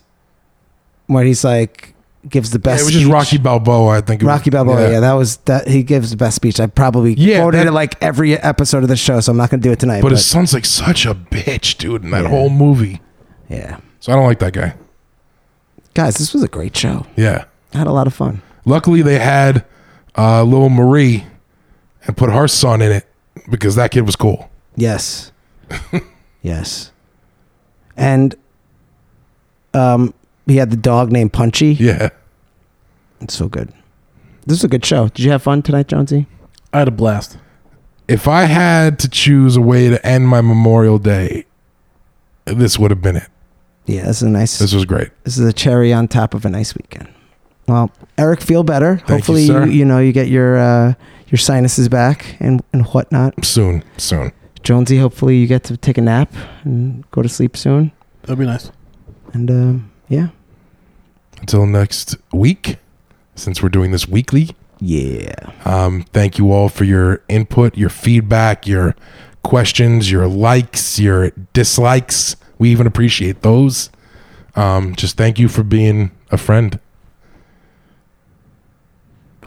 [SPEAKER 3] where he's like gives the
[SPEAKER 4] Yeah,
[SPEAKER 3] best.
[SPEAKER 4] it was just
[SPEAKER 3] speech.
[SPEAKER 4] Rocky Balboa, I think. it was.
[SPEAKER 3] Rocky Balboa. Yeah. that was that. He gives the best speech. I probably
[SPEAKER 4] Yeah,
[SPEAKER 3] quoted
[SPEAKER 4] that-
[SPEAKER 3] it like every episode of the show, so I'm not going to do it tonight.
[SPEAKER 4] But his son's like such a bitch, dude, in that whole movie.
[SPEAKER 3] yeah,
[SPEAKER 4] So I don't like that guy.
[SPEAKER 3] guys, this was a great show.
[SPEAKER 4] Yeah.
[SPEAKER 3] I had a lot of fun.
[SPEAKER 4] Luckily, they had uh, Lil Marie and put her son in it because that kid was cool.
[SPEAKER 3] Yes, yes, and um, he had the dog named Punchy.
[SPEAKER 4] Yeah.
[SPEAKER 3] It's so good. This is a good show. Did you have fun tonight, Jonesy?
[SPEAKER 5] I had a blast.
[SPEAKER 4] If I had to choose a way to end my Memorial Day, this would have been it.
[SPEAKER 3] Yeah, this is a nice.
[SPEAKER 4] This was great.
[SPEAKER 3] this is a cherry on top of a nice weekend. Well, Eric, feel better.
[SPEAKER 4] you,
[SPEAKER 3] Hopefully, you,
[SPEAKER 4] sir.
[SPEAKER 3] you know you get your uh, your sinuses back and and whatnot.
[SPEAKER 4] Soon, soon.
[SPEAKER 3] Jonesy, hopefully you get to take a nap and go to sleep soon.
[SPEAKER 5] That'd be nice.
[SPEAKER 3] And um, yeah,
[SPEAKER 4] Until next week, since we're doing this weekly,
[SPEAKER 3] yeah,
[SPEAKER 4] um, thank you all for your input, your feedback, your questions, your likes, your dislikes. We even appreciate those. Um, just thank you for being a friend.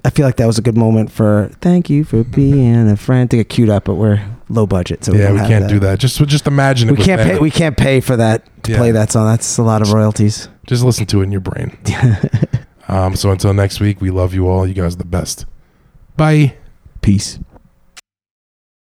[SPEAKER 3] I feel like that was a good moment for thank you for being a friend to get queued up, but we're low budget, so
[SPEAKER 4] Mm-hmm. yeah,
[SPEAKER 3] don't
[SPEAKER 4] we
[SPEAKER 3] have
[SPEAKER 4] can't do that. Just just imagine it
[SPEAKER 3] We
[SPEAKER 4] was
[SPEAKER 3] can't
[SPEAKER 4] there.
[SPEAKER 3] pay. We can't pay for that to
[SPEAKER 4] Yeah.
[SPEAKER 3] play that song. That's a lot of royalties.
[SPEAKER 4] just listen to it in your brain. um, so until next week, we love you all. You guys are the best. Bye.
[SPEAKER 3] Peace.